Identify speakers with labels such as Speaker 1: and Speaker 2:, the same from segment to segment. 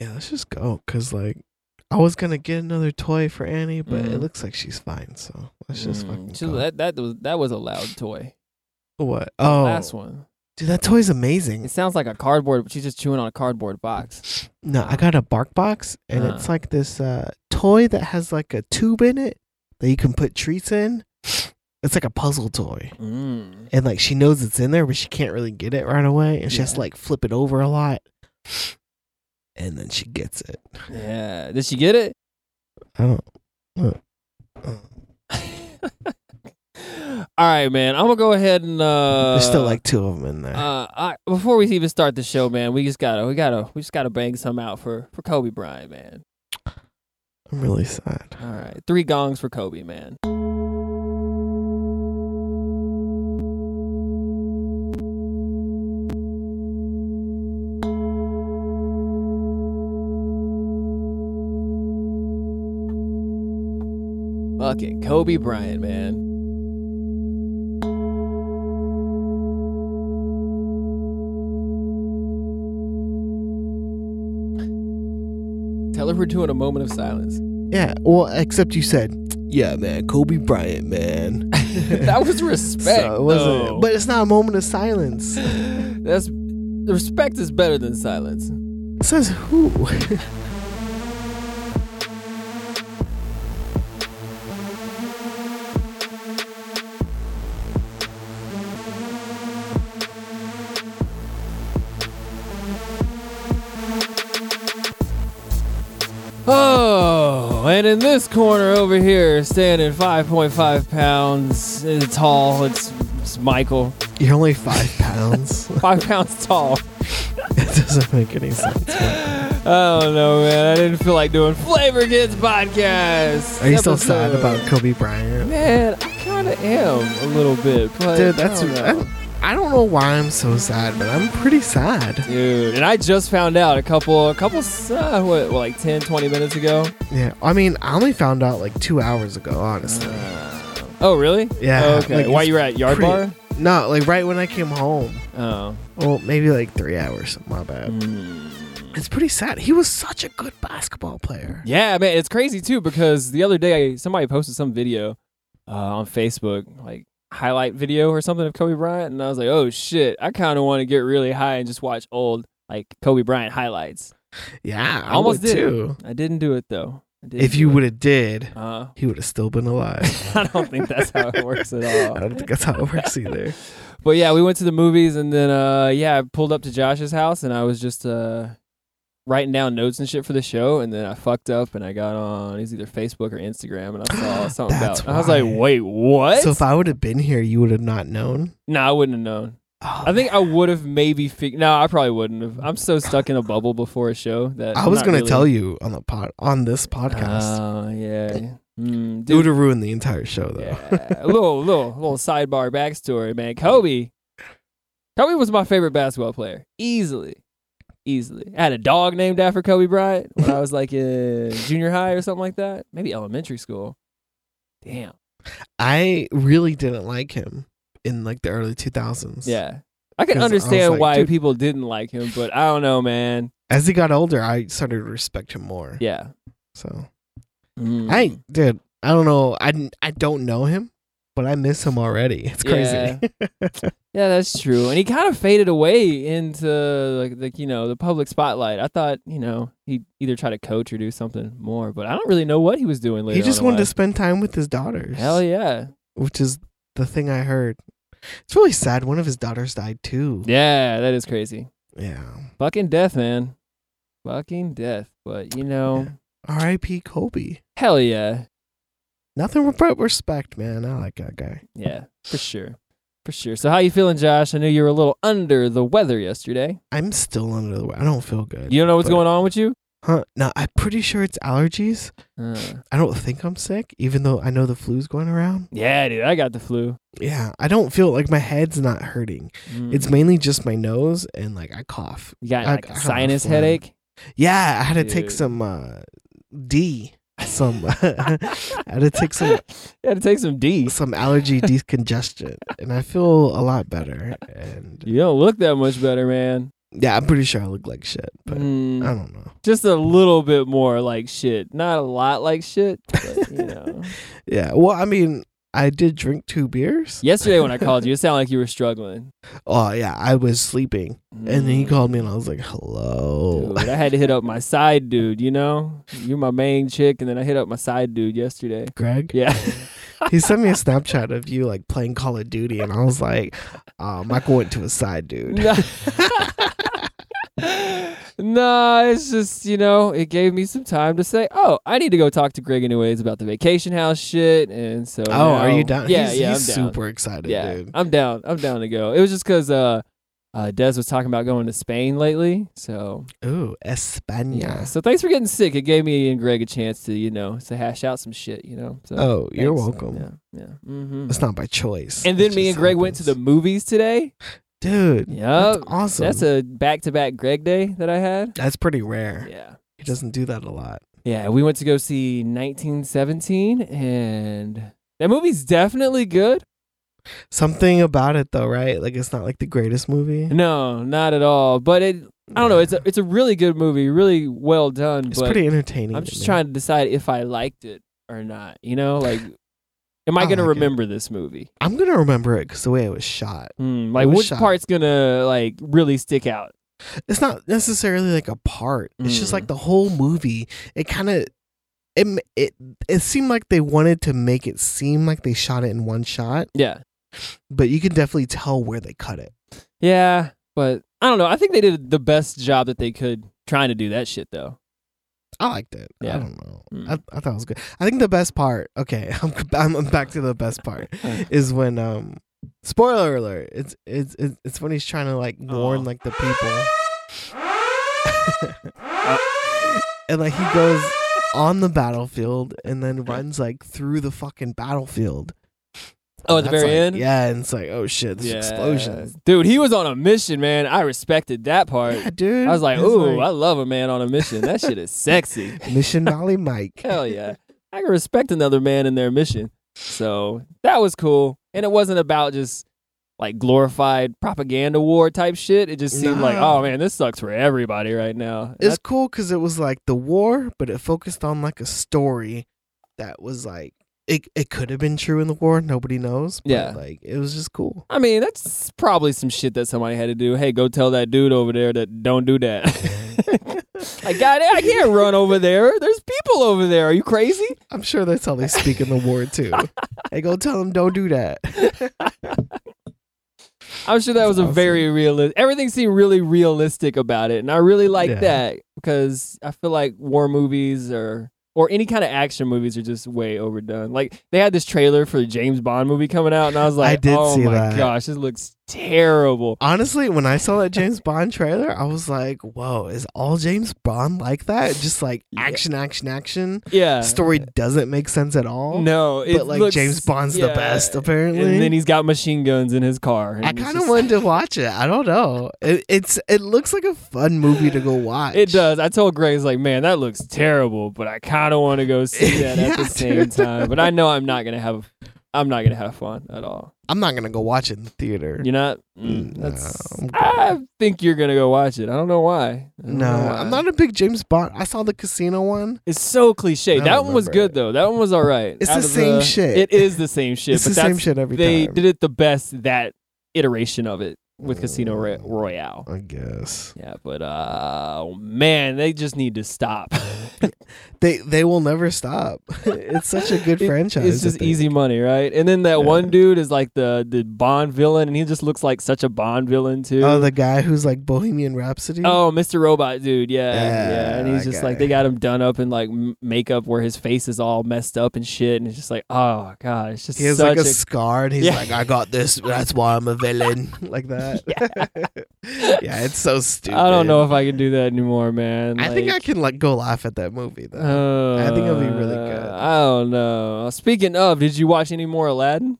Speaker 1: yeah, let's just go. Cause like, I was gonna get another toy for Annie, but it
Speaker 2: Mm.
Speaker 1: looks like she's fine. So let's just
Speaker 2: Mm,
Speaker 1: fucking
Speaker 2: so
Speaker 1: go.
Speaker 2: that that was that was a loud toy.
Speaker 1: what? Oh,
Speaker 2: Last one.
Speaker 1: dude, that toy's amazing.
Speaker 2: It sounds like a cardboard, but she's just chewing on a cardboard box.
Speaker 1: No, I got a bark box, and
Speaker 2: Uh.
Speaker 1: it's like this uh, toy that has like a tube in it that you can put treats in. It's like a puzzle toy.
Speaker 2: Mm.
Speaker 1: And like she knows it's in there, but she can't really get it right away. And she has to
Speaker 2: Yeah.
Speaker 1: like flip it over a lot. And then she gets it.
Speaker 2: Yeah. Did she get it?
Speaker 1: I don't. uh, uh.
Speaker 2: All right, man. I'm gonna go ahead and uh,
Speaker 1: There's still like two of them in there.
Speaker 2: Uh, I, before we even start the show, man, we just gotta, we gotta, we just gotta bang some out for for Kobe Bryant, man.
Speaker 1: I'm really sad.
Speaker 2: All right, three gongs for Kobe, man. Fucking Kobe Bryant, man. Tell her we're doing a moment of silence.
Speaker 1: Yeah. Well, except you said, yeah, man, Kobe Bryant, man.
Speaker 2: that was respect.
Speaker 1: So it wasn't.
Speaker 2: though.
Speaker 1: But it's not a moment of silence.
Speaker 2: that's the respect is better than silence.
Speaker 1: Says who?
Speaker 2: Oh, and in this corner over here, standing 5.5 pounds uh, tall, it's, it's Michael.
Speaker 1: You're only five pounds.
Speaker 2: Five pounds tall.
Speaker 1: it doesn't make any sense.
Speaker 2: I don't know, man. I didn't feel like doing Flavor Kids podcast.
Speaker 1: Are you still
Speaker 2: episode.
Speaker 1: sad about Kobe Bryant?
Speaker 2: Man, I kind of am a little bit, but
Speaker 1: Dude,
Speaker 2: I
Speaker 1: that's.
Speaker 2: don't know.
Speaker 1: I, I don't know why I'm so sad, but I'm pretty sad.
Speaker 2: Dude, and I just found out a couple, a couple, uh, what, like 10, 20 minutes ago.
Speaker 1: Yeah. I mean, I only found out like two hours ago, honestly.
Speaker 2: Oh, really?
Speaker 1: Yeah,
Speaker 2: Oh, okay.
Speaker 1: like,
Speaker 2: While
Speaker 1: it's
Speaker 2: you were at Yard
Speaker 1: pretty-
Speaker 2: Bar?
Speaker 1: No, like right when I came home.
Speaker 2: Oh.
Speaker 1: Well, maybe like three hours. My bad.
Speaker 2: Mm.
Speaker 1: It's pretty sad. He was such a good basketball player.
Speaker 2: Yeah, man. It's crazy, too, because the other day somebody posted some video uh, on Facebook, like highlight video or something of Kobe Bryant. And I was like, oh, shit. I kind of want to get really high and just watch old, like, Kobe Bryant highlights.
Speaker 1: Yeah, I
Speaker 2: Almost
Speaker 1: would
Speaker 2: did.
Speaker 1: too.
Speaker 2: I didn't do it, though. I didn't
Speaker 1: If
Speaker 2: do
Speaker 1: you
Speaker 2: it.
Speaker 1: would have did,
Speaker 2: Uh,
Speaker 1: he would have still been alive.
Speaker 2: I don't think that's how it works at all.
Speaker 1: I don't think that's how it works either.
Speaker 2: But yeah, we went to the movies and then uh yeah, I pulled up to Josh's house and I was just uh writing down notes and shit for the show and then I fucked up and I got on it was either Facebook or Instagram and I saw something
Speaker 1: That's
Speaker 2: about and I was like,
Speaker 1: why.
Speaker 2: "Wait, what?"
Speaker 1: So if I would have been here, you would have not known.
Speaker 2: no, I wouldn't have known.
Speaker 1: Oh,
Speaker 2: I think I would have maybe fig- No, I probably wouldn't have. I'm so stuck in a bubble before a show that
Speaker 1: I was gonna tell you on the pod on this podcast.
Speaker 2: Oh, yeah. Mm,
Speaker 1: it would
Speaker 2: dude.
Speaker 1: have ruined the entire show though.
Speaker 2: Yeah. a little little little sidebar backstory, man. Kobe. Kobe was my favorite basketball player. Easily. Easily. I had a dog named after Kobe Bryant when I was like in junior high or something like that. Maybe elementary school. Damn.
Speaker 1: I really didn't like him in like the early 2000s.
Speaker 2: Yeah. I can
Speaker 1: 'Cause I was
Speaker 2: understand
Speaker 1: like,
Speaker 2: why
Speaker 1: dude-
Speaker 2: people didn't like him, but I don't know, man.
Speaker 1: As he got older, I started to respect him more.
Speaker 2: Yeah.
Speaker 1: So
Speaker 2: Mm.
Speaker 1: I, dude, I don't know. I didn't- I don't know him, but I miss him already. It's crazy.
Speaker 2: Yeah, that's true. And he kind of faded away into like the you know the public spotlight. I thought you know he would either try to coach or do something more, but I don't really know what he was doing later.
Speaker 1: he just
Speaker 2: on in
Speaker 1: wanted to
Speaker 2: life.
Speaker 1: spend time with his daughters.
Speaker 2: Hell yeah,
Speaker 1: Which is the thing I heard. It's really sad. One of his daughters died too.
Speaker 2: yeah, that is crazy.
Speaker 1: Yeah.
Speaker 2: Fucking death, man. Fucking death. But you know,
Speaker 1: Yeah. R.I.P. Kobe.
Speaker 2: hell yeah,
Speaker 1: Nothing but respect, man. I like that guy.
Speaker 2: yeah, for sure, for sure. So how you feeling, Josh? I knew you were a little under the weather yesterday.
Speaker 1: I'm still under the weather. I don't feel good.
Speaker 2: You don't know what's
Speaker 1: But-
Speaker 2: going on with you?
Speaker 1: Huh? No, I'm pretty sure it's allergies.
Speaker 2: Uh,
Speaker 1: I don't think I'm sick, even though I know the flu's going around.
Speaker 2: yeah, dude, I got the flu.
Speaker 1: Yeah, I don't feel like my head's not hurting.
Speaker 2: Mm.
Speaker 1: It's mainly just my nose and like I cough.
Speaker 2: you got
Speaker 1: I-
Speaker 2: like
Speaker 1: I
Speaker 2: a
Speaker 1: have a
Speaker 2: sinus
Speaker 1: phlegm.
Speaker 2: headache.
Speaker 1: Yeah, I had to take
Speaker 2: Dude.
Speaker 1: some uh, D, some I had to take some
Speaker 2: Yeah, to take some D.
Speaker 1: some allergy decongestant, and I feel a lot better. And
Speaker 2: You don't look that much better, man.
Speaker 1: Yeah, I'm pretty sure I look like shit, but
Speaker 2: Mm,
Speaker 1: I don't know.
Speaker 2: just a little bit more like shit. Not a lot like shit, but you know.
Speaker 1: Yeah, well, I mean, I did drink two beers.
Speaker 2: Yesterday when I called you, it sounded like you were struggling.
Speaker 1: Oh yeah, I was sleeping, and then he
Speaker 2: Mm,
Speaker 1: called me, and I was like, "Hello."
Speaker 2: dude, I had to hit up my side dude, you know? You're my main chick, and then I hit up my side dude yesterday.
Speaker 1: Greg,
Speaker 2: Yeah.
Speaker 1: he sent me a Snapchat of you like playing Call of Duty, and I was like, uh, "Michael went to his side, dude."
Speaker 2: No. nah, it's just, you know, it gave me some time to say, oh, I need to go talk to Greg anyways about the vacation house shit. And so.
Speaker 1: Oh, are
Speaker 2: now-
Speaker 1: you down?
Speaker 2: Yeah,
Speaker 1: he's,
Speaker 2: yeah,
Speaker 1: he's
Speaker 2: I'm down.
Speaker 1: super excited,
Speaker 2: yeah,
Speaker 1: dude.
Speaker 2: I'm down. I'm down to go. It was just because uh, uh, Des was talking about going to Spain lately. So,
Speaker 1: Ooh,
Speaker 2: yeah.
Speaker 1: España.
Speaker 2: So thanks for getting sick. It gave me and Greg a chance to, you know, to hash out some shit, you know. So,
Speaker 1: Oh, you're
Speaker 2: thanks.
Speaker 1: welcome.
Speaker 2: Yeah. yeah. hmm
Speaker 1: It's not by choice.
Speaker 2: And then me and Greg went to the movies today.
Speaker 1: the dude.
Speaker 2: Yup.
Speaker 1: that's awesome.
Speaker 2: That's
Speaker 1: That's
Speaker 2: a back to back Greg day that I had.
Speaker 1: pretty rare.
Speaker 2: Yeah.
Speaker 1: He doesn't do that a lot.
Speaker 2: Yeah, we went to go see 1917, and that movie's definitely good.
Speaker 1: Something about it though, right? Like it's not like the greatest movie.
Speaker 2: No, not at all. But it, I don't know.
Speaker 1: Yeah.
Speaker 2: It's a, it's a really good movie, really well done.
Speaker 1: It's
Speaker 2: but
Speaker 1: pretty entertaining.
Speaker 2: I'm
Speaker 1: to
Speaker 2: just
Speaker 1: me.
Speaker 2: trying to decide if I liked it or not. You know, like, am I,
Speaker 1: I
Speaker 2: gonna
Speaker 1: like it.
Speaker 2: remember this movie?
Speaker 1: I'm gonna remember it because the way it was shot.
Speaker 2: Hmm, like,
Speaker 1: was
Speaker 2: which
Speaker 1: shot.
Speaker 2: part's gonna like really stick out?
Speaker 1: It's not necessarily like a part. It's just
Speaker 2: Mm.
Speaker 1: like the whole movie. It kind of. It, m- it it seemed like they wanted to make it seem like they shot it in one shot,
Speaker 2: Yeah,
Speaker 1: but you can definitely tell where they cut it.
Speaker 2: yeah. But I don't know. I think they did the best job that they could trying to do that shit though.
Speaker 1: I liked it.
Speaker 2: Yeah.
Speaker 1: I don't know.
Speaker 2: Mm.
Speaker 1: I, I thought it was good. I think the best part. Okay, I'm I'm back to the best part is when um spoiler alert. It's it's it's, it's when he's trying to like warn
Speaker 2: Oh.
Speaker 1: like the people. and like he goes on the battlefield and then runs like through the fucking battlefield.
Speaker 2: Oh, at the
Speaker 1: That's,
Speaker 2: very
Speaker 1: like-
Speaker 2: end.
Speaker 1: Yeah, and it's like, oh shit, this explosion.
Speaker 2: Dude, he was on a mission, man. I respected that part.
Speaker 1: Yeah, dude.
Speaker 2: I was like,
Speaker 1: It's
Speaker 2: ooh, I
Speaker 1: like,
Speaker 2: love a man on a mission. That shit is sexy.
Speaker 1: Mission Valley Mike.
Speaker 2: Hell yeah. I can respect another man in their mission. So that was cool. And it wasn't about just like glorified propaganda war type shit. It just seemed like,
Speaker 1: No.
Speaker 2: oh man, this sucks for everybody right now.
Speaker 1: It's
Speaker 2: That-
Speaker 1: cool because it was like the war, but it focused on like a story that was like it. It could have been true in the war. Nobody knows. But
Speaker 2: Yeah.
Speaker 1: like it was just cool.
Speaker 2: I mean, that's probably some shit that somebody had to do. Hey, go tell that dude over there that don't do that. like, God, I can't run over there. There's people over there. Are you crazy?
Speaker 1: I'm sure that's how they speak in the war too. hey, go tell them don't do that.
Speaker 2: I'm sure that
Speaker 1: That's
Speaker 2: was a
Speaker 1: awesome.
Speaker 2: very realistic. Everything seemed really realistic about it, and I really like
Speaker 1: Yeah.
Speaker 2: that because I feel like war movies or or any kind of action movies are just way overdone. Like they had this trailer for the James Bond movie coming out, and I was like,
Speaker 1: did
Speaker 2: "Oh
Speaker 1: see
Speaker 2: my
Speaker 1: that.
Speaker 2: gosh, this looks terrible."
Speaker 1: Honestly, when I saw that James Bond trailer, I was like, "Whoa, is all James Bond like that? Just like
Speaker 2: Yeah.
Speaker 1: action, action, action.
Speaker 2: Yeah,
Speaker 1: Story doesn't make sense at all.
Speaker 2: No, it
Speaker 1: but like
Speaker 2: looks-
Speaker 1: James Bond's the
Speaker 2: yeah.
Speaker 1: best, apparently.
Speaker 2: And then he's got machine guns in his car. and
Speaker 1: I
Speaker 2: it's
Speaker 1: kind of
Speaker 2: just-
Speaker 1: wanted to watch it. I don't know. It, it's it looks like a fun movie to go watch.
Speaker 2: It does. I told Greg, I was like, man, that looks terrible, but I kind of want to go see that at the
Speaker 1: Yeah,
Speaker 2: same
Speaker 1: dude.
Speaker 2: time. But I know I'm not gonna have, I'm not gonna have fun at all.
Speaker 1: I'm not gonna go watch it in the theater.
Speaker 2: You're not.
Speaker 1: Mm,
Speaker 2: Mm,
Speaker 1: no,
Speaker 2: that's.
Speaker 1: I'm good.
Speaker 2: I think you're gonna go watch it. I don't know why. I don't
Speaker 1: no,
Speaker 2: know
Speaker 1: I'm
Speaker 2: why.
Speaker 1: not a big James Bond. I saw the casino one.
Speaker 2: It's so cliche.
Speaker 1: I
Speaker 2: That
Speaker 1: don't
Speaker 2: one was
Speaker 1: remember
Speaker 2: good
Speaker 1: it.
Speaker 2: though. That one was all right.
Speaker 1: It's
Speaker 2: Out
Speaker 1: the
Speaker 2: of
Speaker 1: same shit.
Speaker 2: It is the same shit.
Speaker 1: it's
Speaker 2: but
Speaker 1: the
Speaker 2: that's,
Speaker 1: same shit every
Speaker 2: They
Speaker 1: time.
Speaker 2: did it the best that iteration of it with Casino Ro-
Speaker 1: Mm.
Speaker 2: Royale.
Speaker 1: I guess
Speaker 2: Yeah, but uh, man, they just need to stop.
Speaker 1: they they will never stop. it's such a good
Speaker 2: It-
Speaker 1: franchise.
Speaker 2: It's
Speaker 1: I
Speaker 2: just
Speaker 1: think.
Speaker 2: easy money, right? And then that
Speaker 1: Yeah.
Speaker 2: one dude is like the the Bond villain, and he just looks like such a Bond villain too.
Speaker 1: Oh, the guy who's like Bohemian Rhapsody.
Speaker 2: Oh, Mr. Robot, dude. Yeah, yeah.
Speaker 1: Yeah,
Speaker 2: And he's
Speaker 1: that
Speaker 2: just like
Speaker 1: guy.
Speaker 2: they got him done up in like m- makeup where his face is all messed up and shit. And it's just like, oh god, it's just
Speaker 1: he has like
Speaker 2: such
Speaker 1: a, scar, and he's
Speaker 2: Yeah.
Speaker 1: like, "I got this. That's why I'm a villain." like that. yeah. it's so
Speaker 2: a.
Speaker 1: stupid.
Speaker 2: I don't know if I can do that anymore, man.
Speaker 1: I think I
Speaker 2: Like,
Speaker 1: can like go laugh at that movie though.
Speaker 2: uh,
Speaker 1: I think it'll be really good.
Speaker 2: I don't know. Speaking of, did you watch any more Aladdin?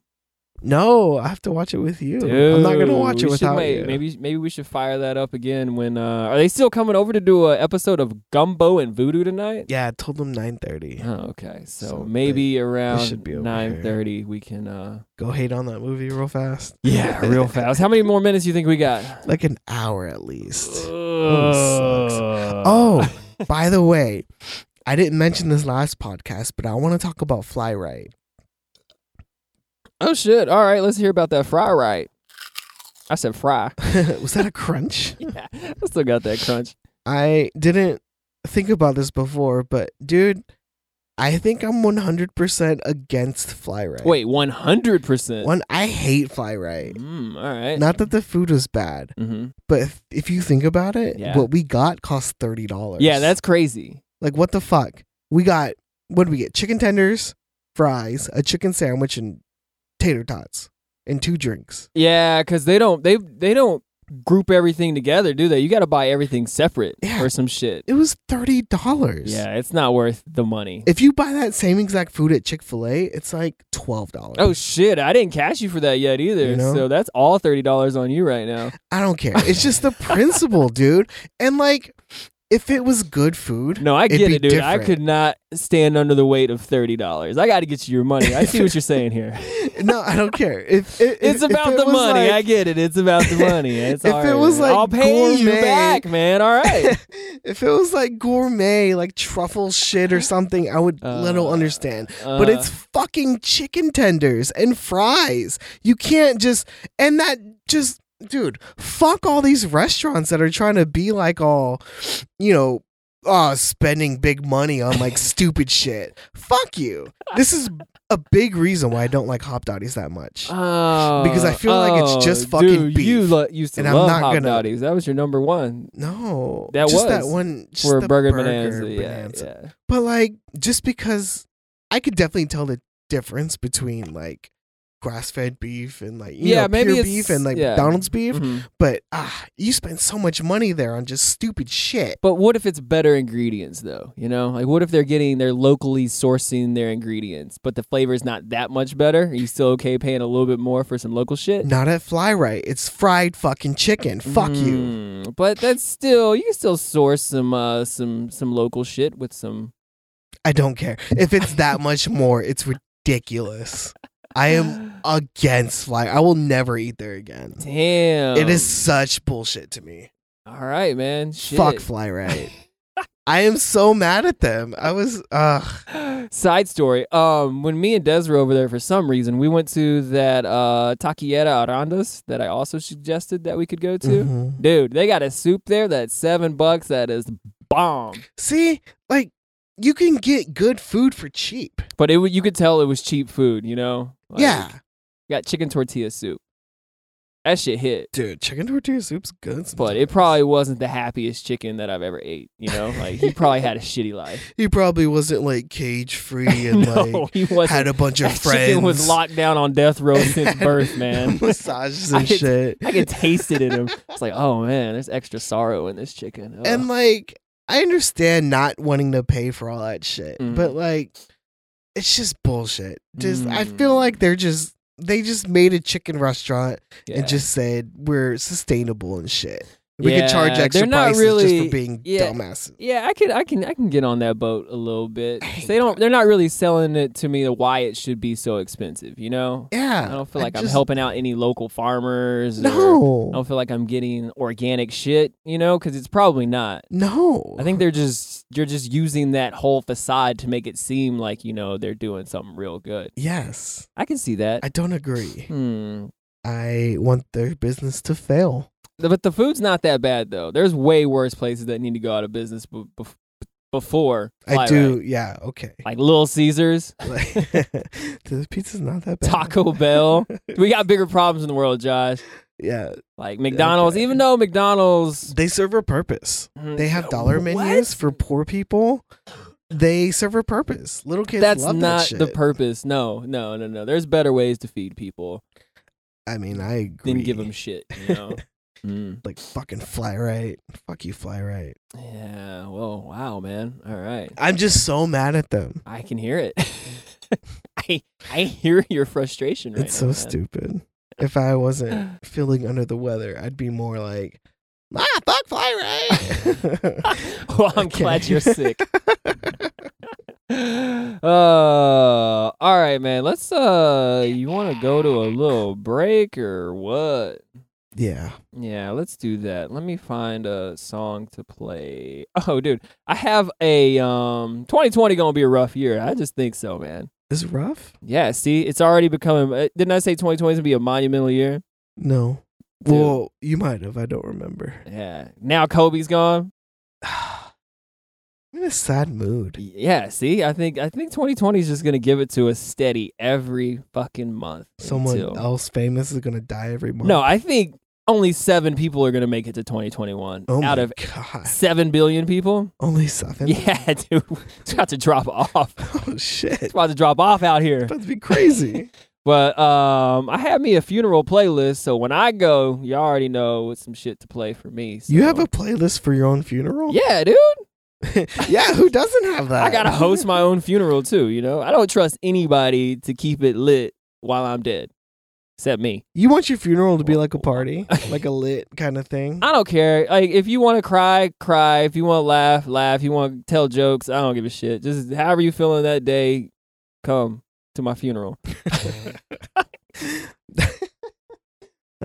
Speaker 1: No, I have to watch it with you. I'm not gonna watch it
Speaker 2: we should
Speaker 1: without
Speaker 2: wait.
Speaker 1: you.
Speaker 2: Maybe maybe we should fire that up again. When uh, are they still coming over to do an episode of Gumbo and Voodoo tonight?
Speaker 1: Yeah, I told them 9:30.
Speaker 2: Oh, okay, so,
Speaker 1: So
Speaker 2: maybe around
Speaker 1: should be over
Speaker 2: nine thirty we can. uh
Speaker 1: Go hate on that movie real fast.
Speaker 2: Yeah, real fast. How many more minutes do you think we got?
Speaker 1: Like an hour at least. sucks.
Speaker 2: Ugh.
Speaker 1: Oh,
Speaker 2: Uh,
Speaker 1: by the way, I didn't mention this last podcast, but I want to talk about Fly Right.
Speaker 2: oh shit! All right, let's hear about that fry right. I said fry.
Speaker 1: Was that a crunch?
Speaker 2: yeah, I still got that crunch.
Speaker 1: I didn't think about this before, but dude, I think I'm 100% against Fly Right.
Speaker 2: Wait, one hundred percent. Mm,
Speaker 1: One, I hate Fly Right.
Speaker 2: All right.
Speaker 1: Not that the food was bad,
Speaker 2: Mhm.
Speaker 1: but if, if you think about it,
Speaker 2: Yeah.
Speaker 1: what we got cost $30.
Speaker 2: Yeah, that's crazy.
Speaker 1: Like what the fuck? We got what did we get? Chicken tenders, fries, a chicken sandwich, and tater tots, and two drinks.
Speaker 2: Yeah, because they don't they they don't group everything together, do they? You got to buy everything separate
Speaker 1: Yeah.
Speaker 2: or some shit.
Speaker 1: It was thirty dollars.
Speaker 2: Yeah, it's not worth the money.
Speaker 1: If you buy that same exact food at Chick Fil A, it's like twelve dollars.
Speaker 2: oh shit, I didn't cash you for that yet either.
Speaker 1: You know?
Speaker 2: So that's all thirty dollars on you right now.
Speaker 1: I don't care. It's just the principle, dude. And like, if it was good food,
Speaker 2: No, I
Speaker 1: It'd
Speaker 2: get
Speaker 1: be
Speaker 2: it, dude. I
Speaker 1: different.
Speaker 2: could not stand under the weight of thirty dollars. I got to get you your money. I see what you're saying here.
Speaker 1: no, I don't care. If, if
Speaker 2: It's
Speaker 1: if- if
Speaker 2: about
Speaker 1: it
Speaker 2: the
Speaker 1: was,
Speaker 2: money.
Speaker 1: like-
Speaker 2: I get it. It's about the money. It's
Speaker 1: If
Speaker 2: all
Speaker 1: it
Speaker 2: right,
Speaker 1: was,
Speaker 2: man.
Speaker 1: like,
Speaker 2: I'll pay you
Speaker 1: gourmet-
Speaker 2: back, man. All right.
Speaker 1: if it was like gourmet, like truffle shit or something, I would
Speaker 2: Uh,
Speaker 1: little understand. but it's fucking chicken tenders and fries. You can't just and that just dude, fuck all these restaurants that are trying to be like all, you know, oh, spending big money on like stupid shit. Fuck you. This is a big reason why I don't like hot dotties that much.
Speaker 2: Oh,
Speaker 1: Because I feel like it's just
Speaker 2: dude,
Speaker 1: fucking beef.
Speaker 2: You lo- used to
Speaker 1: And I'm
Speaker 2: love
Speaker 1: not
Speaker 2: hot
Speaker 1: gonna-
Speaker 2: dotties. That was your number one
Speaker 1: No,
Speaker 2: That
Speaker 1: just that
Speaker 2: was
Speaker 1: one just
Speaker 2: for
Speaker 1: the
Speaker 2: Burger,
Speaker 1: burger
Speaker 2: Bonanza. Yeah,
Speaker 1: bonanza.
Speaker 2: yeah.
Speaker 1: But like, just because I could definitely tell the difference between like grass-fed beef and like you
Speaker 2: Yeah,
Speaker 1: know,
Speaker 2: maybe
Speaker 1: pure
Speaker 2: it's-
Speaker 1: beef and like
Speaker 2: yeah.
Speaker 1: McDonald's beef.
Speaker 2: Mhm.
Speaker 1: But ah, you spend so much money there on just stupid shit.
Speaker 2: But what if it's better ingredients though? You know, like what if they're getting they're locally sourcing their ingredients, but the flavor's not that much better? Are you still okay paying a little bit more for some local shit?
Speaker 1: Not at Fly Right. It's fried fucking chicken. Fuck you.
Speaker 2: Mm, But that's still you can still source some uh some some local shit with some.
Speaker 1: I don't care if it's that much more. It's ridiculous. I am against Fly. I will never eat there again.
Speaker 2: Damn.
Speaker 1: It is such bullshit to me.
Speaker 2: All right, man. Shit.
Speaker 1: Fuck Fly Right. I am so mad at them. I was uh, ugh.
Speaker 2: Side story. Um, when me and Des were over there for some reason, we went to that uh Taquiera Arandas that I also suggested that we could go to.
Speaker 1: Mhm.
Speaker 2: Dude, they got a soup there that's seven bucks. That is bomb.
Speaker 1: See, like you can get good food for cheap.
Speaker 2: But it wa- you could tell it was cheap food. You know. Like,
Speaker 1: yeah,
Speaker 2: Got chicken tortilla soup. That shit hit.
Speaker 1: dude, chicken tortilla soup's good.
Speaker 2: But
Speaker 1: sometimes.
Speaker 2: it probably wasn't the happiest chicken that I've ever ate. You know, like he probably had a shitty life.
Speaker 1: he probably wasn't like cage free and
Speaker 2: no,
Speaker 1: like
Speaker 2: he wasn't.
Speaker 1: had a bunch of
Speaker 2: that
Speaker 1: friends.
Speaker 2: chicken was locked down on death row since birth, man.
Speaker 1: Massages
Speaker 2: I
Speaker 1: and
Speaker 2: could-
Speaker 1: shit.
Speaker 2: I could taste it in him. It's like, oh man, there's extra sorrow in this chicken. Ugh.
Speaker 1: and like I understand not wanting to pay for all that shit,
Speaker 2: Mm.
Speaker 1: but like it's just bullshit. Just I
Speaker 2: Mm.
Speaker 1: feel like they're just they just made a chicken restaurant
Speaker 2: yeah.
Speaker 1: and just said we're sustainable and shit. We could charge
Speaker 2: Yeah, they're
Speaker 1: extra
Speaker 2: not
Speaker 1: prices just
Speaker 2: really-
Speaker 1: for being
Speaker 2: yeah.
Speaker 1: dumbasses.
Speaker 2: yeah, I can, I can, I can get on that boat a little bit.
Speaker 1: I hate
Speaker 2: They don't, they're not really selling it to me why it should be so expensive. You know,
Speaker 1: Yeah,
Speaker 2: I don't feel like I'm
Speaker 1: just-
Speaker 2: helping out any local farmers. or I
Speaker 1: No,
Speaker 2: don't feel like I'm getting organic shit. You know, because it's probably not.
Speaker 1: no.
Speaker 2: I think they're just you're just using that whole facade to make it seem like you know they're doing something real good.
Speaker 1: yes,
Speaker 2: I can see that.
Speaker 1: I don't agree.
Speaker 2: hmm.
Speaker 1: I want their business to fail.
Speaker 2: The- But the food's not that bad though. There's way worse places that need to go out of business b- bef- before.
Speaker 1: I
Speaker 2: Fly
Speaker 1: do.
Speaker 2: Right.
Speaker 1: Yeah. Okay.
Speaker 2: Like Little Caesars,
Speaker 1: Like, the pizza's not that bad.
Speaker 2: Taco Bell. we got bigger problems in the world, Josh.
Speaker 1: yeah,
Speaker 2: Like McDonald's,
Speaker 1: Okay.
Speaker 2: even though McDonald's
Speaker 1: they serve a purpose. They have dollar
Speaker 2: Mm, uh, What?
Speaker 1: menus for poor people. They serve a purpose. Little kids
Speaker 2: That's
Speaker 1: love that
Speaker 2: not
Speaker 1: shit.
Speaker 2: the purpose. No, no, no, no. There's better ways to feed people
Speaker 1: I mean, I agree.
Speaker 2: than give them shit. You know. Mm.
Speaker 1: like fucking fly right. Fuck you, fly right.
Speaker 2: Yeah. Well. Wow, man. All right.
Speaker 1: I'm just so mad at them.
Speaker 2: I can hear it. I I hear your frustration right
Speaker 1: it's
Speaker 2: now,
Speaker 1: so stupid. If I wasn't feeling under the weather, I'd be more like, ah, fuck Fly Ray.
Speaker 2: stupid. well, I'm
Speaker 1: Okay.
Speaker 2: glad you're sick. uh, all right, man. Let's uh you want to go to a little break or what?
Speaker 1: yeah.
Speaker 2: Yeah, let's do that. Let me find a song to play. Oh, dude, I have a um 2020 going to be a rough year. I just think so, man.
Speaker 1: Is it rough?
Speaker 2: Yeah, see, it's already becoming uh, Didn't I say 2020 is going to be a monumental year?
Speaker 1: No.
Speaker 2: Dude.
Speaker 1: Well, you might have. I don't remember.
Speaker 2: Yeah. Now Kobe's gone.
Speaker 1: I'm in a sad mood.
Speaker 2: Yeah, see, I think I think 2020 is just gonna give it to us steady every fucking month.
Speaker 1: Someone
Speaker 2: until-
Speaker 1: else famous is gonna die every month.
Speaker 2: No, I think only seven people are gonna make it to 2021
Speaker 1: oh
Speaker 2: out
Speaker 1: my
Speaker 2: of
Speaker 1: god,
Speaker 2: seven billion people.
Speaker 1: only seven.
Speaker 2: Yeah, dude, it's about to drop off.
Speaker 1: Oh
Speaker 2: It's
Speaker 1: shit,
Speaker 2: about to drop off out here.
Speaker 1: about to be crazy.
Speaker 2: But um, I have me a funeral playlist, so when I go, you already know what's some shit to play for me.
Speaker 1: you have
Speaker 2: so-
Speaker 1: a playlist for your own funeral?
Speaker 2: yeah, dude.
Speaker 1: yeah. Who doesn't have that?
Speaker 2: I gotta host my own funeral too. You know, I don't trust anybody to keep it lit while I'm dead, except me.
Speaker 1: You want your funeral to be like a party, like a lit kind of thing.
Speaker 2: I don't care. Like, if you want to cry, cry. If you want to laugh, laugh. If you want to tell jokes, I don't give a shit. Just however you feeling that day, come to my funeral.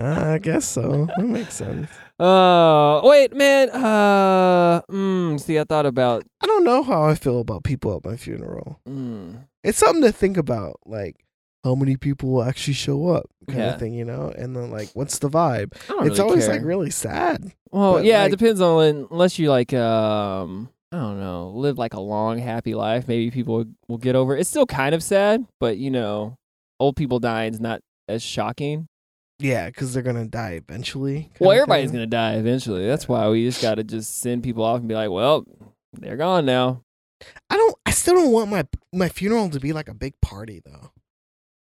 Speaker 1: Uh, I guess so. That makes sense.
Speaker 2: Uh, wait, man. Uh, mm, see, I thought about.
Speaker 1: I don't know how I feel about people at my funeral.
Speaker 2: Mm,
Speaker 1: It's something to think about, like how many people will actually show up, kind
Speaker 2: Yeah.
Speaker 1: of thing, you know. And then like, what's the vibe?
Speaker 2: I don't
Speaker 1: it's
Speaker 2: really
Speaker 1: always
Speaker 2: care.
Speaker 1: like really sad.
Speaker 2: Well,
Speaker 1: But,
Speaker 2: yeah,
Speaker 1: like-
Speaker 2: it depends on unless you like um I don't know, live like a long happy life. Maybe people will get over. It. It's still kind of sad, but you know, old people dying's not as shocking.
Speaker 1: Yeah, because they're gonna die eventually. kinda
Speaker 2: Well, everybody's
Speaker 1: thing.
Speaker 2: gonna die eventually. That's why we just gotta just send people off and be like, well, they're gone now.
Speaker 1: I don't. I still don't want my my funeral to be like a big party though.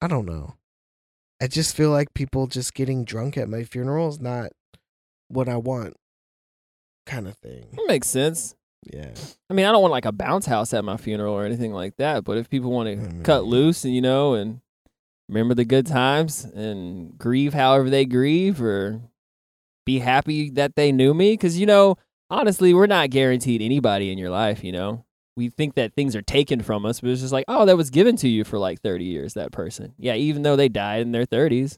Speaker 1: I don't know. I just feel like people just getting drunk at my funeral is not what I want, kind of thing.
Speaker 2: That makes sense.
Speaker 1: Yeah.
Speaker 2: I mean, I don't want like a bounce house at my funeral or anything like that. But if people want to
Speaker 1: Mm.
Speaker 2: cut loose and you know and remember the good times and grieve however they grieve or be happy that they knew me because you know honestly we're not guaranteed anybody in your life you know we think that things are taken from us but it's just like oh that was given to you for like 30 years that person yeah even though they died in their 30s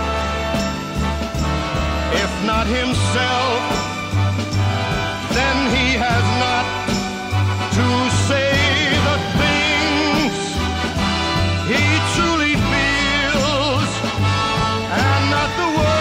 Speaker 3: If not himself, then he has not to say the things he truly feels and not the words.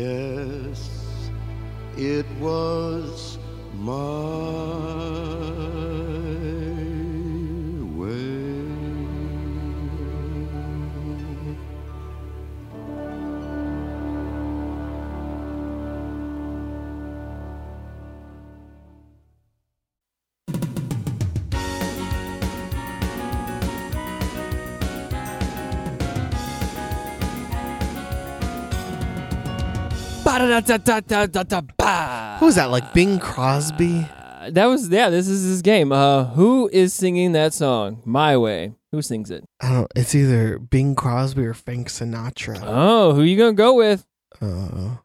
Speaker 3: Yes, it was my way.
Speaker 2: Who
Speaker 1: Who was that? Like Bing Crosby?
Speaker 2: Uh, that was yeah. This is his game. Uh, who is singing that song? My way. Who sings it?
Speaker 1: I don't. It's either Bing Crosby or Frank Sinatra.
Speaker 2: Oh, who you gonna go with?
Speaker 1: Uh,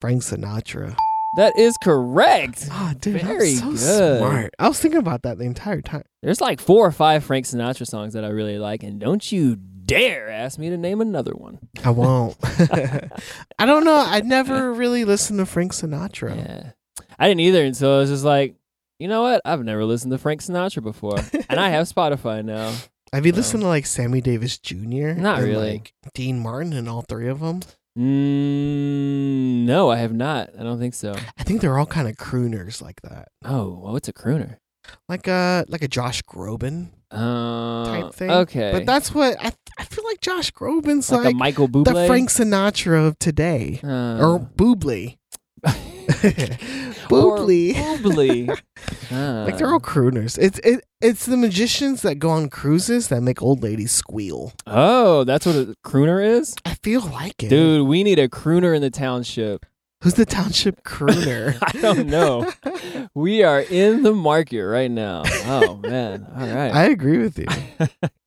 Speaker 1: Frank Sinatra.
Speaker 2: That is correct.
Speaker 1: Ah, dude,
Speaker 2: Very
Speaker 1: I'm so
Speaker 2: good.
Speaker 1: smart. I was thinking about that the entire time.
Speaker 2: There's like four or five Frank Sinatra songs that I really like, and don't you dare ask me to name another one.
Speaker 1: I won't. I don't know. I never really listened to Frank Sinatra.
Speaker 2: Yeah, I didn't either, and so I was just like, you know what? I've never listened to Frank Sinatra before, and I have Spotify now.
Speaker 1: Have you
Speaker 2: No.
Speaker 1: listened to like Sammy Davis Jr.?
Speaker 2: Not
Speaker 1: and,
Speaker 2: really.
Speaker 1: Like Dean Martin and all three of them.
Speaker 2: Mm, no, I have not. I don't think so.
Speaker 1: I think they're all kind of crooners like that,
Speaker 2: Oh, well, it's a crooner.
Speaker 1: like a like a Josh Groban.
Speaker 2: Uh,
Speaker 1: Type thing,
Speaker 2: Okay,
Speaker 1: But that's what I. I feel like Josh Groban's
Speaker 2: like,
Speaker 1: like,
Speaker 2: a Michael Bublé.
Speaker 1: the Frank Sinatra of today,
Speaker 2: Uh,
Speaker 1: or Bublé. Boobly.
Speaker 2: Or Bublé. Uh,
Speaker 1: Like they're all crooners. It's it it's the magicians that go on cruises that make old ladies squeal.
Speaker 2: Oh, that's what a crooner is,
Speaker 1: I feel like it.
Speaker 2: dude. We need a crooner in the township.
Speaker 1: Who's the township crooner?
Speaker 2: I don't know. We are in the market right now. Oh man! All right,
Speaker 1: I agree with you.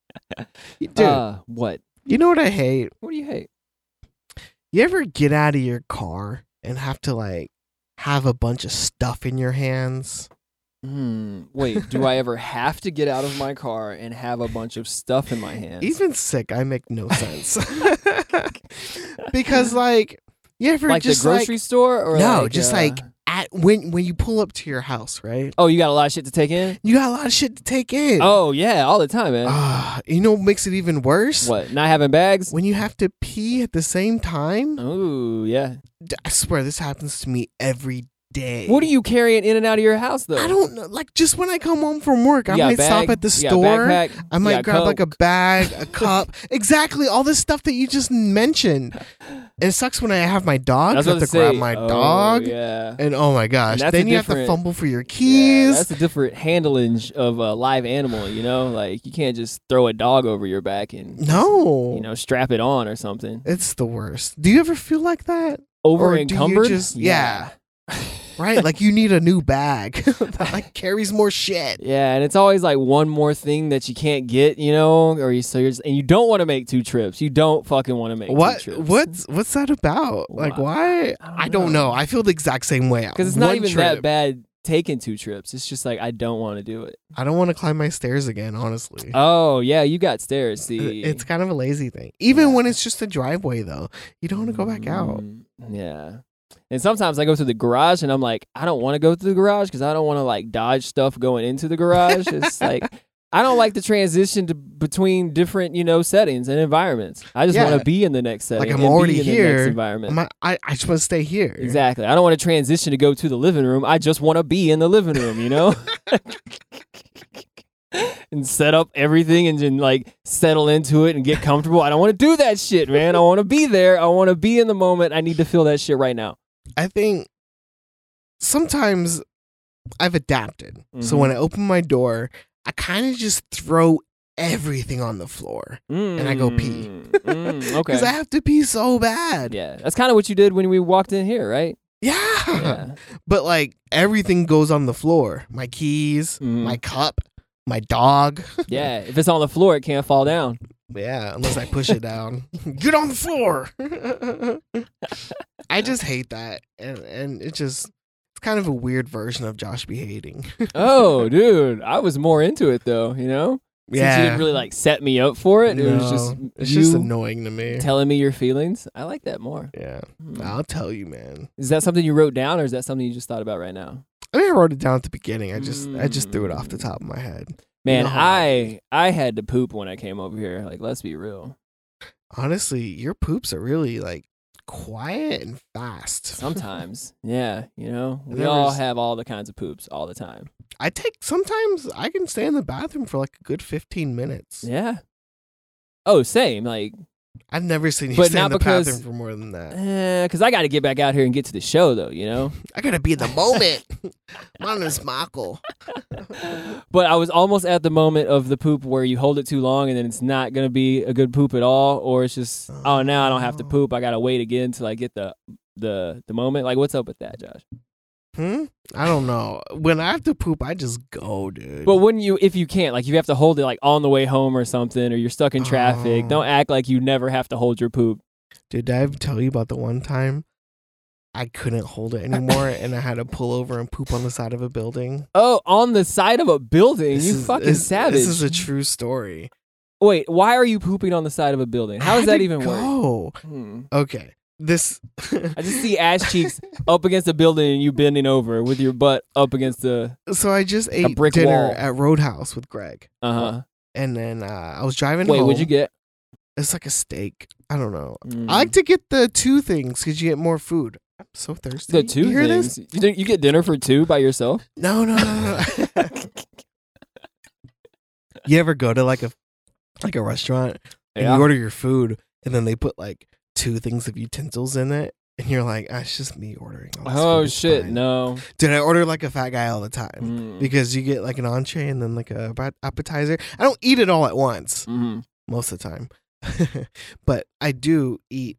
Speaker 1: Dude,
Speaker 2: Uh, what?
Speaker 1: you know what I hate?
Speaker 2: What do you hate?
Speaker 1: You ever get out of your car and have to like have a bunch of stuff in your hands?
Speaker 2: Hmm. Wait. Do I ever have to get out of my car and have a bunch of stuff in my hands?
Speaker 1: Even sick, I make no sense. because like you ever
Speaker 2: like the
Speaker 1: just
Speaker 2: grocery
Speaker 1: like
Speaker 2: store, or
Speaker 1: No,
Speaker 2: like,
Speaker 1: just
Speaker 2: uh,
Speaker 1: like at when when you pull up to your house, right?
Speaker 2: oh, you got a lot of shit to take in.
Speaker 1: You got a lot of shit to take in.
Speaker 2: Oh yeah, all the time, man.
Speaker 1: Ah, you know what makes it even worse?
Speaker 2: what? Not having bags?
Speaker 1: When you have to pee at the same time?
Speaker 2: Oh. Ooh, yeah.
Speaker 1: D- I swear this happens to me every day.
Speaker 2: What are you carrying in and out of your house though?
Speaker 1: I don't know. Like just when I come home from work, I
Speaker 2: You got
Speaker 1: might stop
Speaker 2: bag,
Speaker 1: at the
Speaker 2: you got
Speaker 1: store.
Speaker 2: backpack,
Speaker 1: I
Speaker 2: you
Speaker 1: might
Speaker 2: got
Speaker 1: grab like
Speaker 2: Coke.
Speaker 1: a bag, a cup, exactly all this stuff that you just mentioned. It sucks when I have my dog. 'cause I
Speaker 2: That's what Oh,
Speaker 1: have to grab my dog,
Speaker 2: Yeah.
Speaker 1: and oh my gosh,
Speaker 2: And that's a
Speaker 1: then you have to
Speaker 2: different-
Speaker 1: fumble for your
Speaker 2: Yeah,
Speaker 1: keys.
Speaker 2: that's a different handling of a live animal, you know? Like, you can't just throw a dog over your back and,
Speaker 1: no,
Speaker 2: you know, strap it on or something.
Speaker 1: it's the worst. Do you ever feel like that?
Speaker 2: Over
Speaker 1: do you
Speaker 2: encumbered?
Speaker 1: just- Right? like you need a new bag that like carries more shit.
Speaker 2: Yeah, and it's always like one more thing that you can't get, you know? Or you, so you're just, and you don't want to make two trips. You don't fucking want to make
Speaker 1: What
Speaker 2: two trips.
Speaker 1: what's what's that about? Like
Speaker 2: Wow.
Speaker 1: why?
Speaker 2: I don't
Speaker 1: I don't know. I feel the exact same way.
Speaker 2: Because it's not
Speaker 1: One
Speaker 2: even
Speaker 1: trip,
Speaker 2: that bad taking two trips. It's just like, I don't want to do it.
Speaker 1: I don't want to climb my stairs again, honestly.
Speaker 2: Oh, yeah, you got stairs. See,
Speaker 1: it's kind of a lazy thing. Even
Speaker 2: Yeah.
Speaker 1: when it's just a driveway though. You don't want to go back out.
Speaker 2: Mm, Yeah. And sometimes I go through the garage and I'm like, I don't want to go through the garage because I don't want to like dodge stuff going into the garage. It's like, I don't like the transition to, between different, you know, settings and environments. I just want
Speaker 1: Yeah.
Speaker 2: to be in the next setting.
Speaker 1: Like, I'm
Speaker 2: and be
Speaker 1: already
Speaker 2: in the
Speaker 1: here.
Speaker 2: next environment.
Speaker 1: My, I, I just want to stay here.
Speaker 2: exactly. I don't want to transition to go to the living room. I just want to be in the living room, you know? and set up everything and then like settle into it and get comfortable. I don't want to do that shit, man. I want to be there. I want to be in the moment. I need to feel that shit right now.
Speaker 1: I think sometimes I've adapted. So
Speaker 2: Mhm.
Speaker 1: when I open my door, I kind of just throw everything on the floor.
Speaker 2: And
Speaker 1: I go pee.
Speaker 2: Mm, okay.
Speaker 1: Because I have to pee so bad.
Speaker 2: yeah, that's kind of what you did when we walked in here, right?
Speaker 1: Yeah.
Speaker 2: Yeah.
Speaker 1: But like everything goes on the floor. My keys,
Speaker 2: Mm.
Speaker 1: my cup, my dog.
Speaker 2: yeah. If it's on the floor, it can't fall down.
Speaker 1: yeah, unless I push it down. Get on the floor. I just hate that. And and it just it's kind of a weird version of Josh be hating.
Speaker 2: Oh, dude, I was more into it though. You know, since you didn't really like set me up for it, it was just
Speaker 1: No, it's
Speaker 2: you
Speaker 1: just annoying to me.
Speaker 2: telling me your feelings. I like that more.
Speaker 1: yeah.
Speaker 2: Hmm.
Speaker 1: I'll tell you, man.
Speaker 2: Is that something you wrote down, or is that something you just thought about right now?
Speaker 1: I mean I wrote it down at the beginning. I just I just threw it off the top of my head.
Speaker 2: Man,
Speaker 1: No.
Speaker 2: I I had to poop when I came over here. Like, let's be real.
Speaker 1: Honestly, your poops are really like quiet and fast.
Speaker 2: Sometimes, yeah, you know, we
Speaker 1: There
Speaker 2: all
Speaker 1: was-
Speaker 2: have all the kinds of poops all the time.
Speaker 1: I take sometimes I can stay in the bathroom for like a good 15 minutes.
Speaker 2: Yeah. Oh, same. Like,
Speaker 1: I've never seen you
Speaker 2: But
Speaker 1: stay in
Speaker 2: not
Speaker 1: the
Speaker 2: because-
Speaker 1: bathroom for more than that.
Speaker 2: because eh, I got to get back out here and get to the show, though. You know.
Speaker 1: I gotta be in the moment. My name's Michael.
Speaker 2: But I was almost at the moment of the poop where you hold it too long and then it's not gonna be a good poop at all, or it's just oh now I don't have to
Speaker 1: Oh.
Speaker 2: poop. I gotta wait again till I get the the the moment. Like what's up with that, Josh?
Speaker 1: Hmm? I don't know. When I have to poop, I just go, dude.
Speaker 2: But wouldn't you if you can't like you have to hold it like on the way home or something, or you're stuck in traffic?
Speaker 1: Oh.
Speaker 2: Don't act like you never have to hold your poop.
Speaker 1: Did I ever tell you about the one time I couldn't hold it anymore and I had to pull over and poop on the side of a building?
Speaker 2: Oh, on the side of a building, you fucking
Speaker 1: this,
Speaker 2: savage!
Speaker 1: This is a true story.
Speaker 2: wait, why are you pooping on the side of a building? How does that even work?
Speaker 1: Oh,
Speaker 2: Hmm.
Speaker 1: okay. This
Speaker 2: I just see ass cheeks up against a building and you bending over with your butt up against the
Speaker 1: so I just ate
Speaker 2: brick
Speaker 1: dinner
Speaker 2: wall.
Speaker 1: at Roadhouse with Greg,
Speaker 2: uh huh.
Speaker 1: and then uh, I was driving.
Speaker 2: Wait,
Speaker 1: home.
Speaker 2: what'd you get?
Speaker 1: It's like a steak. I don't know.
Speaker 2: Mm.
Speaker 1: I like to get the two things because you get more food. I'm so thirsty.
Speaker 2: the
Speaker 1: you
Speaker 2: two
Speaker 1: hear this?
Speaker 2: things. You, think you get dinner for two by yourself?
Speaker 1: No, no, no, no. you ever go to like a like a restaurant and you order your food and then they put like two things of utensils in it and you're like, ah, it's just me ordering. All this food,
Speaker 2: Oh
Speaker 1: it's
Speaker 2: shit!
Speaker 1: fine."
Speaker 2: No.
Speaker 1: Dude, I order like a fat guy all the time
Speaker 2: Mm.
Speaker 1: because you get like an entree and then like a ap- appetizer. I don't eat it all at once
Speaker 2: Mhm.
Speaker 1: most of the time, but I do eat.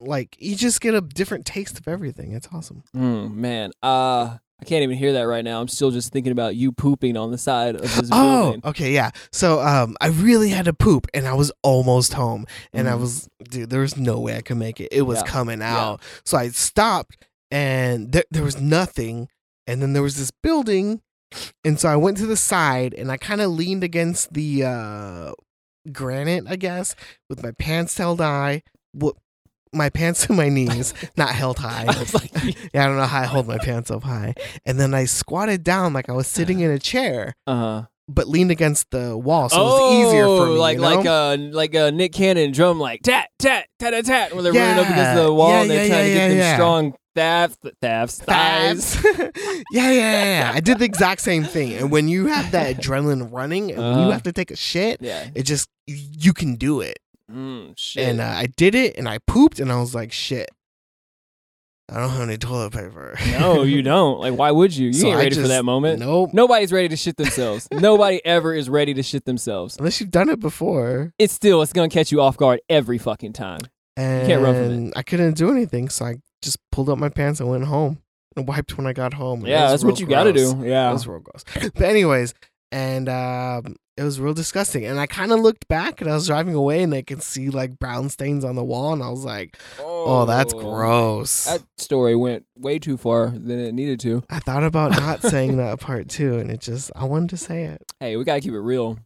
Speaker 1: Like you just get a different taste of everything. It's awesome.
Speaker 2: Mm, man, uh, I can't even hear that right now. I'm still just thinking about you pooping on the side of this
Speaker 1: Oh,
Speaker 2: building.
Speaker 1: okay, yeah. So um, I really had to poop, and I was almost home, and I
Speaker 2: Mhm.
Speaker 1: was, dude, there was no way I could make it. It was
Speaker 2: Yeah,
Speaker 1: coming
Speaker 2: yeah.
Speaker 1: out, so I stopped, and there there was nothing, and then there was this building, and so I went to the side, and I kind of leaned against the uh, granite, I guess, with my pants held high, wh- my pants to my knees, not held high.
Speaker 2: I was like,
Speaker 1: Yeah, I don't know how I hold my pants up high. And then I squatted down like I was sitting in a chair
Speaker 2: uh,
Speaker 1: but leaned against the wall, so
Speaker 2: oh,
Speaker 1: it was easier for me.
Speaker 2: like
Speaker 1: you
Speaker 2: like
Speaker 1: know?
Speaker 2: uh like a Nick Cannon drum, like tat tat tat tat tat, where they're running up against
Speaker 1: Yeah,
Speaker 2: the wall
Speaker 1: yeah,
Speaker 2: and they're
Speaker 1: yeah,
Speaker 2: trying to
Speaker 1: yeah,
Speaker 2: get
Speaker 1: yeah,
Speaker 2: them
Speaker 1: yeah.
Speaker 2: strong thafts, thafts, thighs.
Speaker 1: Thighs. yeah, yeah, yeah, yeah. I did the exact same thing. And when you have that adrenaline running, and when you
Speaker 2: Uh-huh.
Speaker 1: have to take a shit,
Speaker 2: Yeah.
Speaker 1: it just you can do it.
Speaker 2: Mm, shit.
Speaker 1: And uh, I did it, and I pooped, and I was like, shit. I don't have any toilet paper.
Speaker 2: no, you don't. Like, why would you? You
Speaker 1: So
Speaker 2: ain't
Speaker 1: I
Speaker 2: ready for
Speaker 1: just-
Speaker 2: that moment.
Speaker 1: Nope.
Speaker 2: Nobody's ready to shit themselves. Nobody ever is ready to shit themselves.
Speaker 1: Unless you've done it before,
Speaker 2: It's still it's gonna catch you off guard every fucking time.
Speaker 1: and
Speaker 2: can't run from it.
Speaker 1: I couldn't do anything, so I just pulled up my pants and went home and wiped when I got home. and it
Speaker 2: yeah,
Speaker 1: was
Speaker 2: that's what
Speaker 1: real
Speaker 2: you gotta
Speaker 1: gross.
Speaker 2: do. Yeah.
Speaker 1: It was real gross. But anyways, and um, it was real disgusting. And I kind of looked back, and I was driving away, and I could see like brown stains on the wall, and I was like, "Oh, that's gross." I,
Speaker 2: That story went way too far than it needed to.
Speaker 1: thought about not saying that part too, and it just I wanted to say it.
Speaker 2: Hey, we gotta keep it real.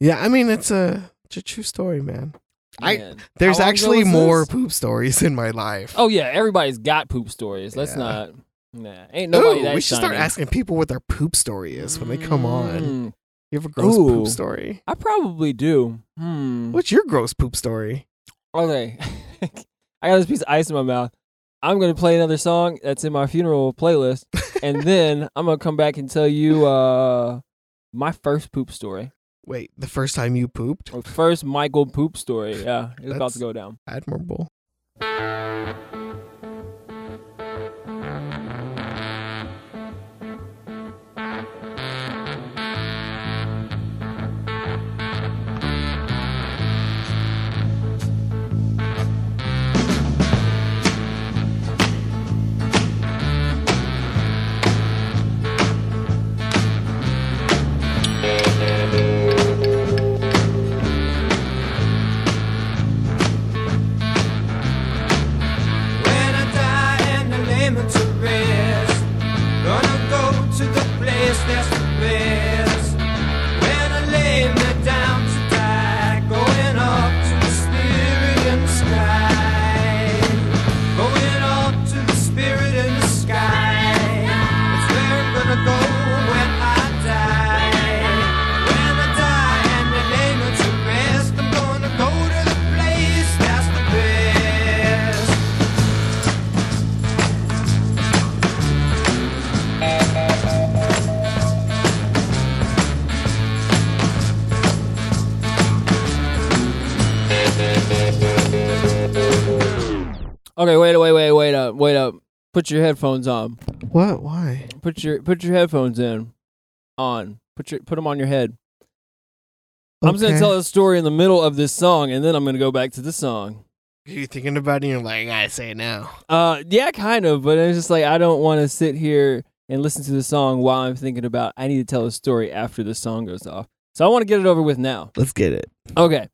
Speaker 1: Yeah, I mean it's a it's a true story, man. I-
Speaker 2: Man.
Speaker 1: There's
Speaker 2: How long ago
Speaker 1: actually
Speaker 2: was
Speaker 1: more
Speaker 2: this?
Speaker 1: poop stories in my life.
Speaker 2: Oh yeah, everybody's got poop stories. Let's
Speaker 1: Yeah.
Speaker 2: not. Nah, ain't nobody
Speaker 1: Ooh,
Speaker 2: that
Speaker 1: we should start
Speaker 2: shiny.
Speaker 1: asking people what their poop story is when they come on.
Speaker 2: Mm,
Speaker 1: You have a gross
Speaker 2: Ooh.
Speaker 1: poop story.
Speaker 2: I probably do. Hmm.
Speaker 1: What's your gross poop story?
Speaker 2: Okay. I got this piece of ice in my mouth. I'm gonna play another song that's in my funeral playlist, and then I'm gonna come back and tell you uh my first poop story.
Speaker 1: Wait, the first time you pooped?
Speaker 2: Or first Michael poop story. Yeah, it's
Speaker 1: That's-
Speaker 2: about to go down.
Speaker 1: Admirable.
Speaker 2: Okay, wait, wait, wait, wait up, wait up. Put your headphones on.
Speaker 1: What? Why?
Speaker 2: Put your put your headphones in. On. Put your put them on your head. I'm just gonna
Speaker 1: Okay.
Speaker 2: tell a story in the middle of this song, and then I'm gonna go back to this song.
Speaker 1: You thinking about it? and You're like, I gotta say it now.
Speaker 2: Uh, yeah, kind of, but it's just like I don't want to sit here and listen to the song while I'm thinking about. I need to tell a story after the song goes off, so I want to get it over with now.
Speaker 1: Let's get it.
Speaker 2: Okay.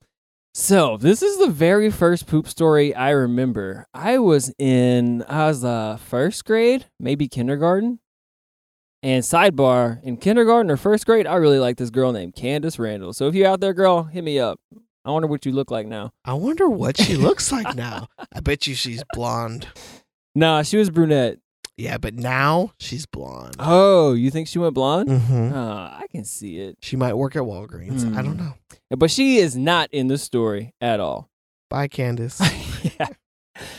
Speaker 2: So this is the very first poop story I remember. I was in I was uh first grade, maybe kindergarten. And sidebar, in kindergarten or first grade, I really like this girl named Candace Randall. So if you're out there, girl, hit me up. I wonder what you look like now.
Speaker 1: I wonder what she looks like now. I bet you she's blonde.
Speaker 2: Nah, she was brunette.
Speaker 1: Yeah, but now she's blonde.
Speaker 2: Oh, you think she went blonde?
Speaker 1: hmm
Speaker 2: Ah, I can see it.
Speaker 1: She might work at Walgreens. I don't
Speaker 2: Mm.
Speaker 1: know.
Speaker 2: But she is not in this story at all.
Speaker 1: Bye, Candace.
Speaker 2: yeah.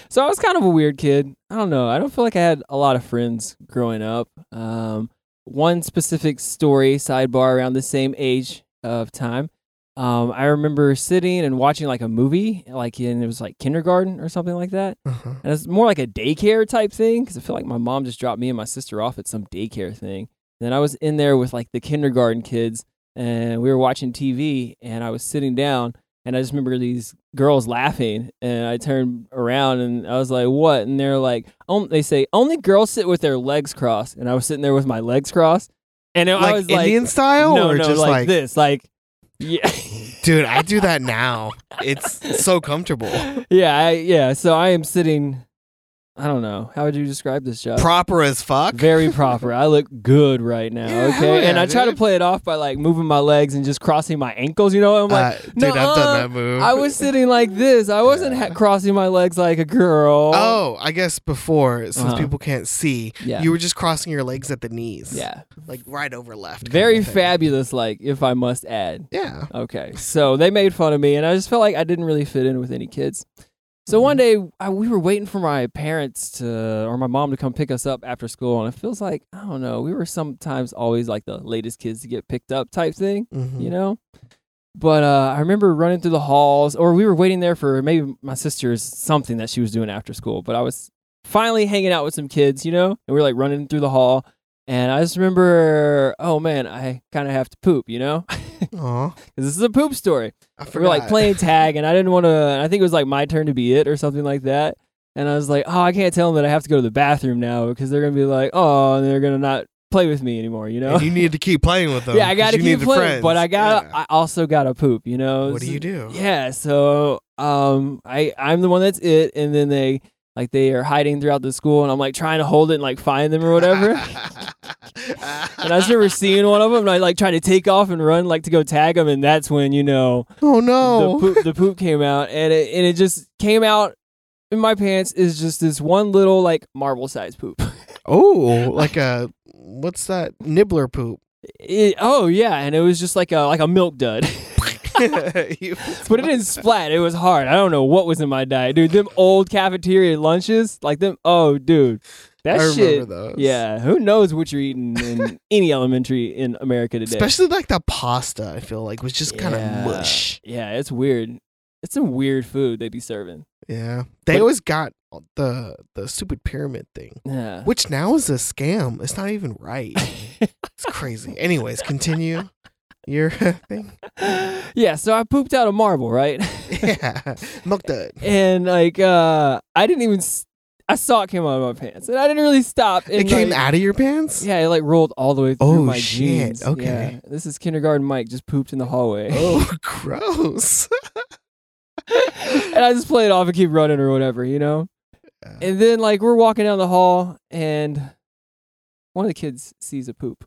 Speaker 2: So I was kind of a weird kid. I don't know. I don't feel like I had a lot of friends growing up. Um, one specific story, sidebar, around the same age of time. Um, I remember sitting and watching like a movie, like in it was like kindergarten or something like that.
Speaker 1: Uh-huh.
Speaker 2: And it's more like a daycare type thing because I feel like my mom just dropped me and my sister off at some daycare thing. then I was in there with like the kindergarten kids and we were watching TV and I was sitting down and I just remember these girls laughing and I turned around and I was like, what? And they're like, um, they say, only girls sit with their legs crossed. And I was sitting there with my legs crossed. And I
Speaker 1: Like
Speaker 2: was like,
Speaker 1: Indian style,
Speaker 2: no,
Speaker 1: or
Speaker 2: no,
Speaker 1: just
Speaker 2: like,
Speaker 1: like,
Speaker 2: this, like, yeah.
Speaker 1: dude, I do that now. It's so comfortable.
Speaker 2: yeah, I, yeah. So I am sitting. I don't know. How would you describe this job?
Speaker 1: Proper as fuck.
Speaker 2: Very proper. I look good right now.
Speaker 1: Yeah, hell
Speaker 2: okay. and
Speaker 1: yeah,
Speaker 2: I try to
Speaker 1: dude.
Speaker 2: play it off by like moving my legs and just crossing my ankles. You know, I'm like,
Speaker 1: Uh, dude,
Speaker 2: no,
Speaker 1: I've
Speaker 2: uh,
Speaker 1: done that move.
Speaker 2: I was sitting like this. I wasn't ha- crossing my legs like a girl.
Speaker 1: Oh, I guess before, since
Speaker 2: Uh-huh.
Speaker 1: people can't see,
Speaker 2: yeah.
Speaker 1: you were just crossing your legs at the knees.
Speaker 2: yeah.
Speaker 1: Like right over left. kind
Speaker 2: Very
Speaker 1: of thing.
Speaker 2: fabulous, like, if I must add.
Speaker 1: Yeah.
Speaker 2: Okay. So they made fun of me, and I just felt like I didn't really fit in with any kids. So one
Speaker 1: Mm-hmm.
Speaker 2: day I, we were waiting for my parents to, or my mom to come pick us up after school. And it feels like, I don't know, we were sometimes always like the latest kids to get picked up type thing.
Speaker 1: Mhm.
Speaker 2: you know but uh, i remember running through the halls or we were waiting there for maybe my sister's something that she was doing after school but i was finally hanging out with some kids you know and we were like running through the hall and i just remember oh man i kind of have to poop you know 'Cause
Speaker 1: Aw,
Speaker 2: this is a poop story
Speaker 1: I
Speaker 2: we were like
Speaker 1: forgot.
Speaker 2: playing tag and i didn't want to i think it was like my turn to be it or something like that and i was like oh i can't tell them that i have to go to the bathroom now because they're gonna be like oh and they're gonna not play with me anymore you know
Speaker 1: And you need to keep playing with them.
Speaker 2: yeah, I
Speaker 1: 'cause
Speaker 2: gotta
Speaker 1: you
Speaker 2: keep
Speaker 1: need the
Speaker 2: playing,
Speaker 1: friends.
Speaker 2: but I got
Speaker 1: Yeah.
Speaker 2: I also got to poop. You know.
Speaker 1: What do
Speaker 2: So-
Speaker 1: you do?
Speaker 2: Yeah, so um, I I'm the one that's it, and then they like they are hiding throughout the school, and I'm like trying to hold it and like find them or whatever. and
Speaker 1: and
Speaker 2: I just remember seeing one of them, and I like tried to take off and run like to go tag them, and that's when you know
Speaker 1: Oh no.
Speaker 2: the poop the poop came out, and it and it just came out. In my pants is just this one little like marble sized poop.
Speaker 1: oh, like a what's that nibbler poop?
Speaker 2: It- oh yeah, and it was just like a like a milk dud.
Speaker 1: You-
Speaker 2: But it didn't splat. It was hard. I don't know what was in my diet, dude. Them old cafeteria lunches, like them. Oh, dude,
Speaker 1: I
Speaker 2: that
Speaker 1: remember
Speaker 2: shit.
Speaker 1: those.
Speaker 2: Yeah, who knows what you're eating in any elementary in America today?
Speaker 1: Especially like the pasta, I feel like was just kind of
Speaker 2: Yeah.
Speaker 1: mush.
Speaker 2: Yeah, it's weird. It's some weird food they be serving.
Speaker 1: Yeah, they
Speaker 2: But-
Speaker 1: always got the the stupid pyramid thing,
Speaker 2: Yeah.
Speaker 1: which now is a scam. It's not even right. It's crazy. Anyways, continue your thing.
Speaker 2: yeah. So I pooped out a marble, right?
Speaker 1: Yeah, milk dud.
Speaker 2: and like, uh I didn't even. S- I saw it came out of my pants, and I didn't really stop. And
Speaker 1: It came
Speaker 2: like-
Speaker 1: out of your pants.
Speaker 2: Yeah, it like rolled all the way through
Speaker 1: Oh,
Speaker 2: my
Speaker 1: shit.
Speaker 2: jeans.
Speaker 1: Okay.
Speaker 2: Yeah. This is kindergarten Mike just pooped in the hallway.
Speaker 1: Oh, gross.
Speaker 2: and I just play it off and keep running or whatever, you know?
Speaker 1: Yeah.
Speaker 2: And then like we're walking down the hall and one of the kids sees a poop.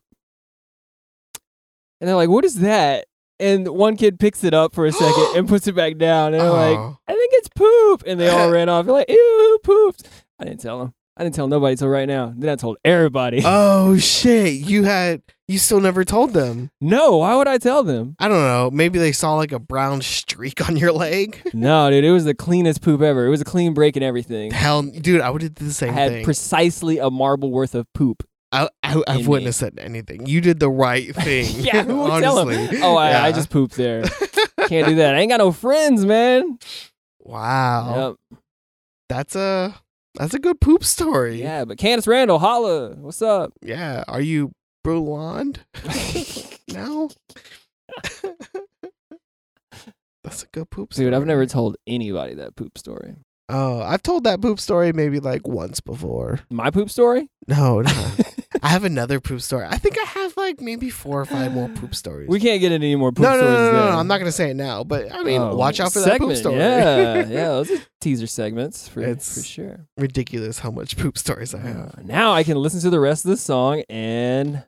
Speaker 2: And they're like, What is that? And one kid picks it up for a second and puts it back down and they're like,
Speaker 1: Oh.
Speaker 2: I think it's poop and they all ran off. They're like, Ew, pooped. I didn't tell them. I didn't tell nobody till right now. Then I told everybody.
Speaker 1: Oh shit! You had you still never told them.
Speaker 2: no, why would I tell them?
Speaker 1: I don't know. Maybe they saw like a brown streak on your leg.
Speaker 2: No, dude, it was the cleanest poop ever. It was a clean break and everything.
Speaker 1: Hell, dude, I would have did the
Speaker 2: I
Speaker 1: same
Speaker 2: had
Speaker 1: thing.
Speaker 2: precisely a marble worth of poop.
Speaker 1: I, I, I
Speaker 2: in
Speaker 1: wouldn't
Speaker 2: me.
Speaker 1: have said anything. You did the right thing.
Speaker 2: yeah, who would tell
Speaker 1: honestly.
Speaker 2: him? Oh, I, I
Speaker 1: Yeah.
Speaker 2: just pooped there. Can't
Speaker 1: Oh,
Speaker 2: do that. I ain't got no friends, man.
Speaker 1: wow.
Speaker 2: Yep.
Speaker 1: That's a That's a good poop story.
Speaker 2: Yeah, but Candace Randall, holla. What's up?
Speaker 1: Yeah. Are you blonde? no. That's a good poop story.
Speaker 2: Dude, I've never told anybody that poop story.
Speaker 1: Oh, I've told that poop story maybe like once before.
Speaker 2: My poop story?
Speaker 1: No, no. I have another poop story. I think I have like maybe four or five more poop stories.
Speaker 2: We can't get into any more poop
Speaker 1: no, no, no,
Speaker 2: stories.
Speaker 1: no, no,
Speaker 2: then.
Speaker 1: no, I'm not gonna say it now, but I mean,
Speaker 2: Oh,
Speaker 1: watch out for that poop
Speaker 2: segment,
Speaker 1: story.
Speaker 2: Yeah, yeah, those are teaser segments for, for
Speaker 1: It's-
Speaker 2: sure.
Speaker 1: Ridiculous how much poop stories I have.
Speaker 2: Uh, now I can listen to the rest of this song and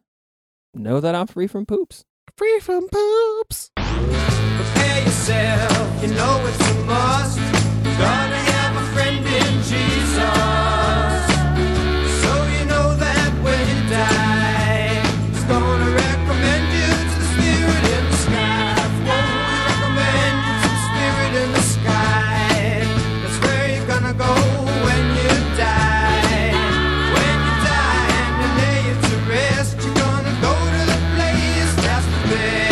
Speaker 2: know that I'm free from poops.
Speaker 1: Free from poops.
Speaker 4: Prepare yourself, you know it's a must. Gonna have a friend in Jesus. So you know that when you die, it's gonna recommend you to the spirit in the sky. Won't we recommend you to the spirit in the sky? That's where you're gonna go when you die. When you die and you lay it to rest, you're gonna go to the place that's the best.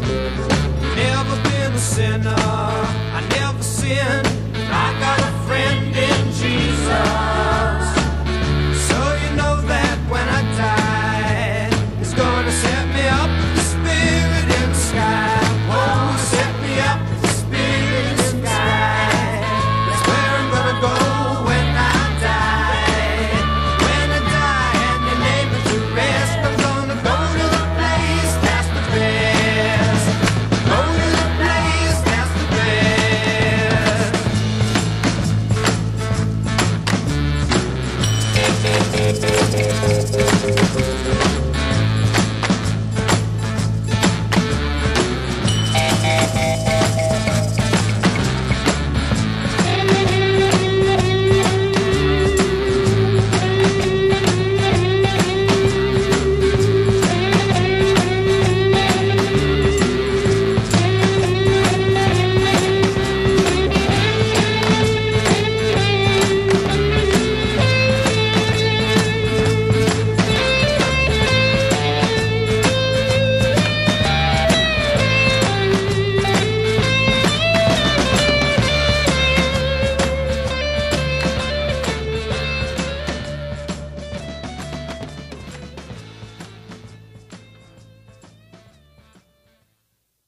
Speaker 4: Never been a sinner. I never sinned. I got a friend in Jesus. So you know that when I die, it's gonna set me up the spirit in the sky. Oh, set me up the spirit in the sky. That's where I'm gonna go when I die. When I die and you lay me to rest, I'm gonna go to the place that's the best. Go to the place that's the best.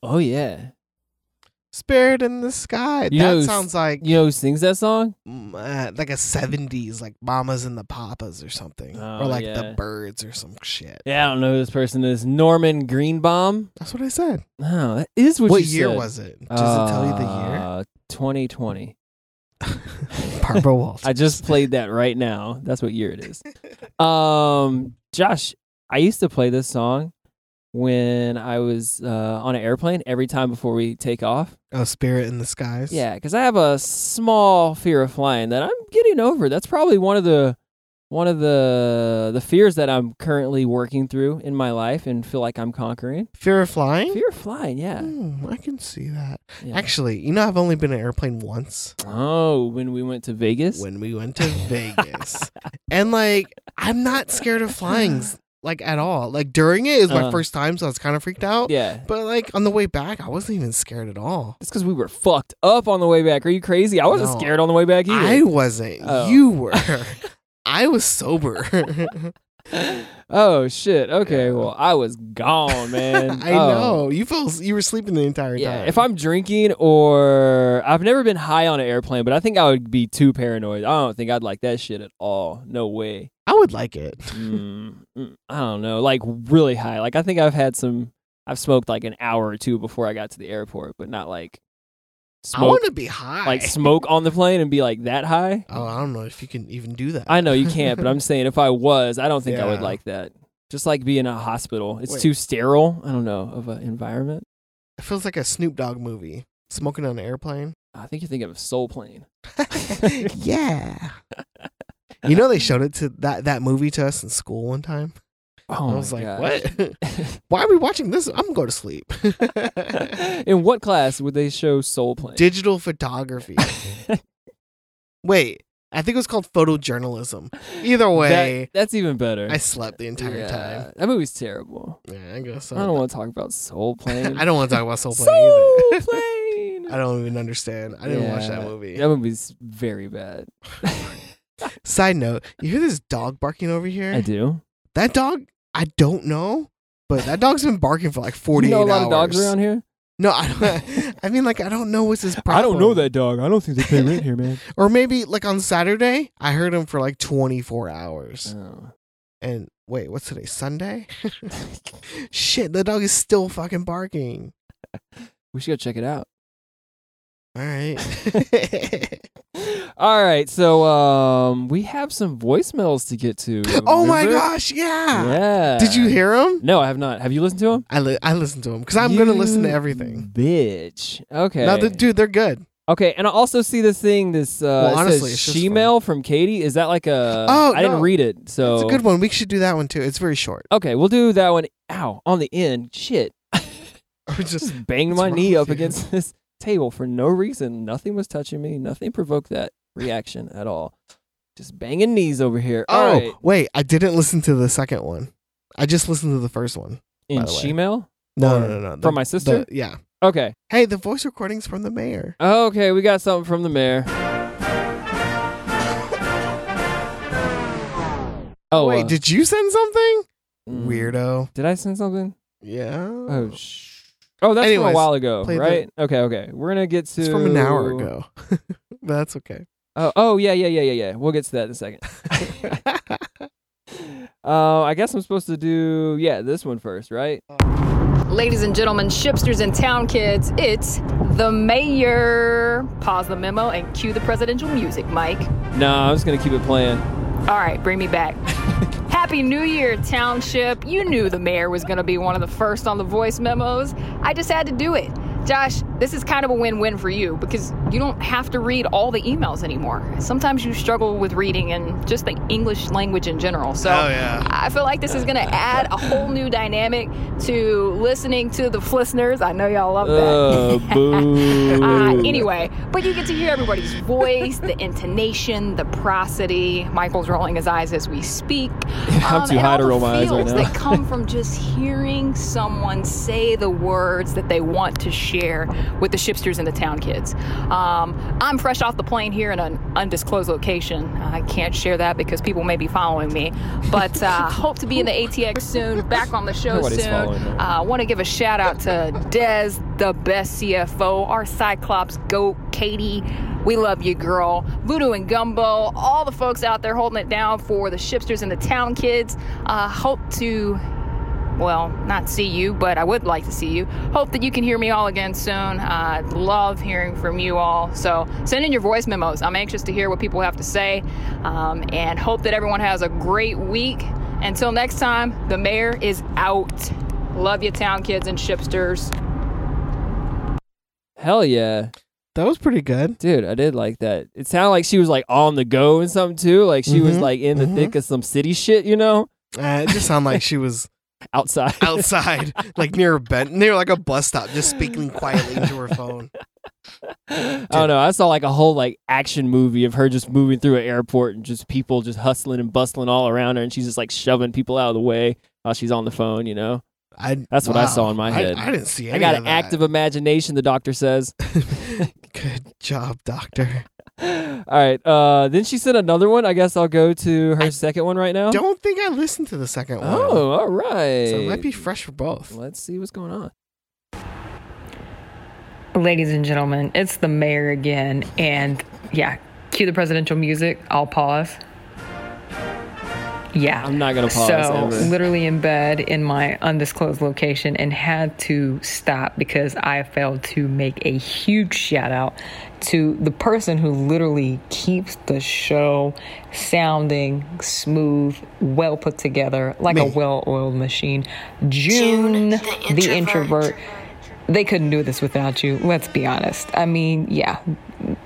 Speaker 2: Oh yeah,
Speaker 1: Spirit in the sky. that
Speaker 2: You know,
Speaker 1: sounds like
Speaker 2: you know who sings that song?
Speaker 1: mm, uh, like a '70s, like Mamas and the Papas or something,
Speaker 2: Oh,
Speaker 1: or like
Speaker 2: yeah.
Speaker 1: the Birds or some shit.
Speaker 2: Yeah, I don't know who this person is. Norman Greenbaum.
Speaker 1: That's what I said.
Speaker 2: Oh, that is what.
Speaker 1: What
Speaker 2: you
Speaker 1: year
Speaker 2: said.
Speaker 1: was it? Does it tell you the year?
Speaker 2: Uh, 2020.
Speaker 1: Barbara Walters.
Speaker 2: I just played that right now. That's what year it is. Um, Josh, I used to play this song when I was uh, on an airplane every time before we take off.
Speaker 1: oh, Spirit in the Skies.
Speaker 2: Yeah, because I have a small fear of flying that I'm getting over. That's probably one of the one of the the fears that I'm currently working through in my life and feel like I'm conquering.
Speaker 1: Fear of flying.
Speaker 2: Fear of flying, yeah.
Speaker 1: Hmm, I can see that.
Speaker 2: yeah.
Speaker 1: Actually, you know, I've only been in an airplane once
Speaker 2: oh, when we went to Vegas.
Speaker 1: when we went to Vegas, and like, I'm not scared of flying s- like at all. Like during it is my
Speaker 2: Uh.
Speaker 1: first time, so I was kind of freaked out.
Speaker 2: yeah.
Speaker 1: But like on the way back, I wasn't even scared at all.
Speaker 2: It's because we were fucked up on the way back. Are you crazy? I wasn't
Speaker 1: No.
Speaker 2: scared on the way back
Speaker 1: I
Speaker 2: either.
Speaker 1: wasn't.
Speaker 2: Oh.
Speaker 1: You were. I was sober.
Speaker 2: oh shit. Okay.
Speaker 1: Yeah.
Speaker 2: Well, I was gone, man.
Speaker 1: I
Speaker 2: Oh.
Speaker 1: know you fell. You were sleeping the entire
Speaker 2: Yeah.
Speaker 1: time.
Speaker 2: If I'm drinking or I've never been high on an airplane, but I think I would be too paranoid. I don't think I'd like that shit at all. No way.
Speaker 1: I would like it.
Speaker 2: Mm, mm, I don't know. Like really high. Like I think I've had some. I've smoked like an hour or two before I got to the airport, but not like
Speaker 1: I
Speaker 2: smoke
Speaker 1: want to be high.
Speaker 2: like smoke on the plane and be like that high?
Speaker 1: oh, I don't know if you can even do that.
Speaker 2: I know you can't, but I'm saying if I was, I don't think I would
Speaker 1: Yeah.
Speaker 2: like that. Just like being in a hospital, it's
Speaker 1: Wait.
Speaker 2: too sterile. I don't know of an environment.
Speaker 1: It feels like a Snoop Dogg movie. Smoking on an airplane.
Speaker 2: I think you're thinking of Soul Plane.
Speaker 1: yeah. You know they showed it to that that movie to us in school one time.
Speaker 2: Oh,
Speaker 1: I was
Speaker 2: my
Speaker 1: like,
Speaker 2: gosh.
Speaker 1: "What? Why are we watching this? I'm gonna go to sleep."
Speaker 2: in what class would they show Soul Plane?
Speaker 1: Digital photography. Wait, I think it was called photojournalism. Either way,
Speaker 2: That- that's even better.
Speaker 1: I slept the entire
Speaker 2: Yeah.
Speaker 1: time.
Speaker 2: That movie's terrible.
Speaker 1: Yeah, I guess so.
Speaker 2: I don't want to talk about Soul Plane.
Speaker 1: I don't want to talk about Soul Plane
Speaker 2: Soul
Speaker 1: either.
Speaker 2: Plane.
Speaker 1: I don't even understand. I didn't watch that
Speaker 2: Yeah.
Speaker 1: movie.
Speaker 2: That movie's very bad.
Speaker 1: Side note, you hear this dog barking over here?
Speaker 2: I do.
Speaker 1: That dog, I don't know, but that dog's been barking for like 48
Speaker 2: You know a lot
Speaker 1: hours.
Speaker 2: of dogs around here.
Speaker 1: No, I don't. I mean, like, I don't know what's his problem.
Speaker 2: dog. I don't think they pay rent here, man.
Speaker 1: Or maybe, like, on Saturday, I heard him for like 24 hours.
Speaker 2: Oh.
Speaker 1: And wait, what's today? Sunday? Shit, the dog is still fucking barking.
Speaker 2: We should go check it out.
Speaker 1: All right.
Speaker 2: All right, so um, we have some voicemails to get to.
Speaker 1: oh my
Speaker 2: remember?
Speaker 1: gosh, yeah.
Speaker 2: Yeah.
Speaker 1: Did you hear him?
Speaker 2: No, I have not. Have you listened to him?
Speaker 1: I, li- I listened to him because I'm going to listen to
Speaker 2: You
Speaker 1: everything.
Speaker 2: Bitch. Okay.
Speaker 1: Now, the, dude, they're good.
Speaker 2: Okay, and I also see this thing. This uh,
Speaker 1: Well,
Speaker 2: it
Speaker 1: honestly,
Speaker 2: says
Speaker 1: it's just
Speaker 2: shemale from Katie. Is that like a?
Speaker 1: Oh,
Speaker 2: I didn't
Speaker 1: no.
Speaker 2: read it. So
Speaker 1: It's a good one. We should do that one too. It's very short.
Speaker 2: Okay, we'll do that one. Ow! On the end. Shit.
Speaker 1: just
Speaker 2: Just banged
Speaker 1: what's
Speaker 2: my
Speaker 1: wrong
Speaker 2: knee
Speaker 1: with
Speaker 2: up
Speaker 1: you?
Speaker 2: against this table for no reason. Nothing was touching me. Nothing provoked that reaction at all. Just banging knees over here.
Speaker 1: Oh,
Speaker 2: all right.
Speaker 1: wait, I didn't listen to the second one. I just listened to the first one.
Speaker 2: in
Speaker 1: by the way.
Speaker 2: shemale.
Speaker 1: No,
Speaker 2: Or
Speaker 1: no, no, no. The-
Speaker 2: from my
Speaker 1: the-
Speaker 2: sister?
Speaker 1: yeah.
Speaker 2: Okay.
Speaker 1: Hey, the voice recording's from the mayor.
Speaker 2: Okay, we got something from the mayor. Oh
Speaker 1: Wait,
Speaker 2: uh,
Speaker 1: did you send something?
Speaker 2: mm,
Speaker 1: Weirdo.
Speaker 2: Did I send something?
Speaker 1: Yeah.
Speaker 2: Oh, sh- oh, that's from a
Speaker 1: Anyways,
Speaker 2: while ago,
Speaker 1: play the-
Speaker 2: right? Okay, okay. We're gonna get to
Speaker 1: it's from an hour ago. but that's okay.
Speaker 2: Oh, oh, yeah, yeah, yeah, yeah, yeah. We'll get to that in a second. uh, I guess I'm supposed to do yeah this one first, right?
Speaker 1: Oh.
Speaker 4: Ladies and gentlemen, shipsters and town kids, it's the mayor. Pause the memo and cue the presidential music, Mike.
Speaker 2: No, I'm just gonna keep it playing.
Speaker 4: All right, bring me back. Happy New Year, Township. You knew the mayor was going to be one of the first on the voice memos. I just had to do it. Josh, this is kind of a win win for you because you don't have to read all the emails anymore. Sometimes you struggle with reading and just the English language in general. So I feel like this is going to add a whole new dynamic to listening to the listeners. I know y'all love that.
Speaker 2: Uh, boo.
Speaker 4: Uh, anyway, but you get to hear everybody's voice, the intonation, the prosody. Michael's rolling his eyes as we speak. Um,
Speaker 2: I'm too
Speaker 4: and
Speaker 2: high
Speaker 4: all
Speaker 2: to
Speaker 4: the
Speaker 2: roll my eyes right
Speaker 4: feels
Speaker 2: now.
Speaker 4: that come from just hearing someone say the words that they want to share with the shipsters and the town kids. Um, I'm fresh off the plane here in an undisclosed location. I can't share that because people may be following me, but uh, hope to be in the ATX soon. Back on the show
Speaker 2: Nobody's
Speaker 4: soon.
Speaker 2: following her.
Speaker 4: I want to Uh, give a shout out to Des, the best CFO, our Cyclops goat, Katie. We love you, girl. Voodoo and Gumbo, all the folks out there holding it down for the shipsters and the town kids. Uh, hope to, well, not see you, but I would like to see you. Hope that you can hear me all again soon. I love hearing from you all. So send in your voice memos. I'm anxious to hear what people have to say um, and hope that everyone has a great week. Until next time, the mayor is out. Love you, town kids and shipsters.
Speaker 2: Hell yeah,
Speaker 1: That was pretty good.
Speaker 2: dude! I did like that. It sounded like she was like on the go and something too. Like she was
Speaker 1: Mhm,
Speaker 2: like in the
Speaker 1: mhm.
Speaker 2: thick of some city shit, you know,
Speaker 1: Uh, it just sounded like she was
Speaker 2: outside.
Speaker 1: outside, like near a bent, near like a bus stop, just speaking quietly into her phone.
Speaker 2: I don't know. I saw like a whole like action movie of her just moving through an airport and just people just hustling and bustling all around her, and she's just like shoving people out of the way while she's on the phone. You know,
Speaker 1: I,
Speaker 2: That's what I
Speaker 1: wow.
Speaker 2: saw in my
Speaker 1: I-
Speaker 2: head.
Speaker 1: I, didn't see any
Speaker 2: I got
Speaker 1: of
Speaker 2: an
Speaker 1: that.
Speaker 2: active imagination. The doctor says.
Speaker 1: Good job, doctor.
Speaker 2: all right. Uh, then she sent another one. I guess I'll go to her second one right now.
Speaker 1: Don't think I listened to the second one.
Speaker 2: Oh, all right.
Speaker 1: So it might be fresh for both.
Speaker 2: Let's see what's going on.
Speaker 4: Ladies and gentlemen, it's the mayor again. And yeah, cue the presidential music. I'll pause.
Speaker 5: Yeah.
Speaker 2: I'm not gonna pause
Speaker 5: So,
Speaker 2: ever.
Speaker 5: literally in bed in my undisclosed location and had to stop because I failed to make a huge shout out to the person who literally keeps the show sounding smooth, well put together, like a
Speaker 1: Me.
Speaker 5: well oiled machine. June, the, introvert. They couldn't do this without you, let's be honest. I mean, yeah,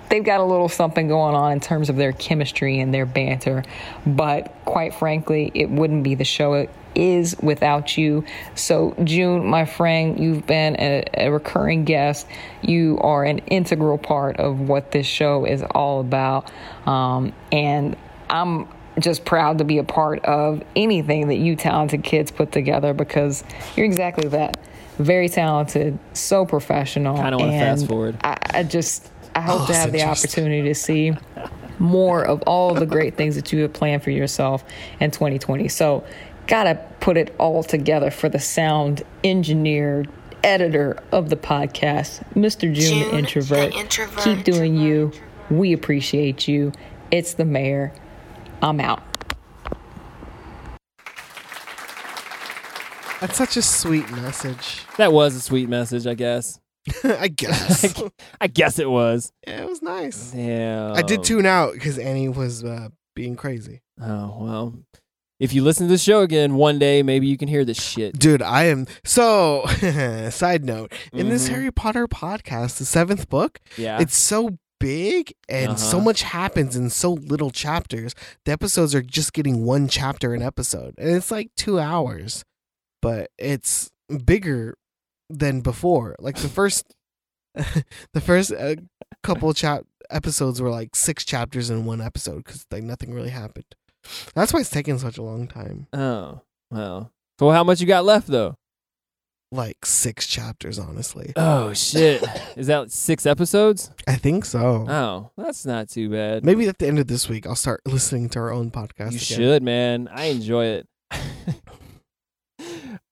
Speaker 5: they've got a little something going on in terms of their chemistry and their banter. But quite frankly, it wouldn't be the show it is without you. So, June, my friend, you've been a, a recurring guest. You are an integral part of what this show is all about. Um, and I'm just proud to be a part of anything that you talented kids put together because you're exactly that. Very talented, so professional.
Speaker 2: Kinda wanna
Speaker 5: and
Speaker 2: fast forward.
Speaker 5: I, I just I hope
Speaker 1: Oh,
Speaker 5: to
Speaker 1: it's
Speaker 5: have the
Speaker 1: interesting.
Speaker 5: opportunity to see more of all the great things that you have planned for yourself in 2020. So, gotta put it all together for the sound engineer, editor of the podcast, Mr. June, the, introvert. Keep doing you. We appreciate you. It's the mayor. I'm out.
Speaker 1: That's such a sweet message.
Speaker 2: That was a sweet message, I guess.
Speaker 1: I guess.
Speaker 2: I guess it was.
Speaker 1: yeah, it was nice.
Speaker 2: Damn.
Speaker 1: I did tune out because Annie was uh, being crazy.
Speaker 2: Oh well. If you listen to the show again one day, maybe you can hear this shit.
Speaker 1: Dude, I am so side note. In this
Speaker 2: Mhm.
Speaker 1: Harry Potter podcast, the seventh book,
Speaker 2: Yeah.
Speaker 1: it's so big and so
Speaker 2: Uh-huh.
Speaker 1: much happens in so little chapters. The episodes are just getting one chapter an episode. And it's like two hours. But it's bigger than before. Like the first the first uh, couple chap episodes were like six chapters in one episode because like nothing really happened. That's why it's taking such a long time.
Speaker 2: oh well. So how much you got left though?
Speaker 1: Like six chapters, honestly.
Speaker 2: Oh shit. Is that six episodes?
Speaker 1: I think so.
Speaker 2: Oh, that's not too bad.
Speaker 1: Maybe at the end of this week, I'll start listening to our own podcast. again.
Speaker 2: you should, man. I enjoy it.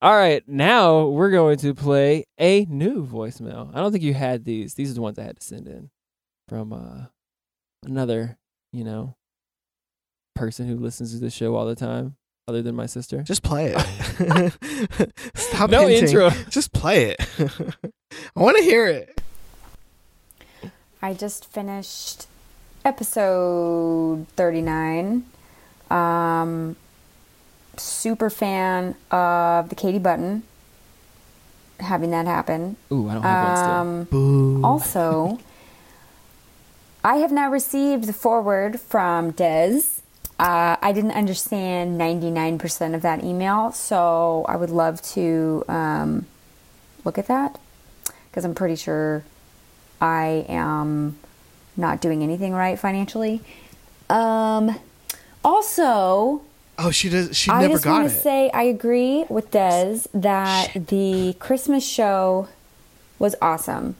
Speaker 2: All right, now we're going to play a new voicemail. I don't think you had these. These are the ones I had to send in from uh, another, you know, person who listens to the show all the time, other than my sister.
Speaker 1: Just play it. Stop.
Speaker 2: No
Speaker 1: hinting.
Speaker 2: intro.
Speaker 1: Just play it. I want to hear it.
Speaker 6: I just finished episode 39. Um, super fan of the Katie Button, having that happen.
Speaker 2: Ooh, I don't have one still.
Speaker 6: Um, Also, I have now received the forward from Des. Uh, I didn't understand 99% of that email, so I would love to um, look at that because I'm pretty sure I am not doing anything right financially. Um, also,
Speaker 1: Oh, she does. She
Speaker 6: I
Speaker 1: never
Speaker 6: just
Speaker 1: got
Speaker 6: want
Speaker 1: it.
Speaker 6: to say I agree with Des that the Christmas show was awesome.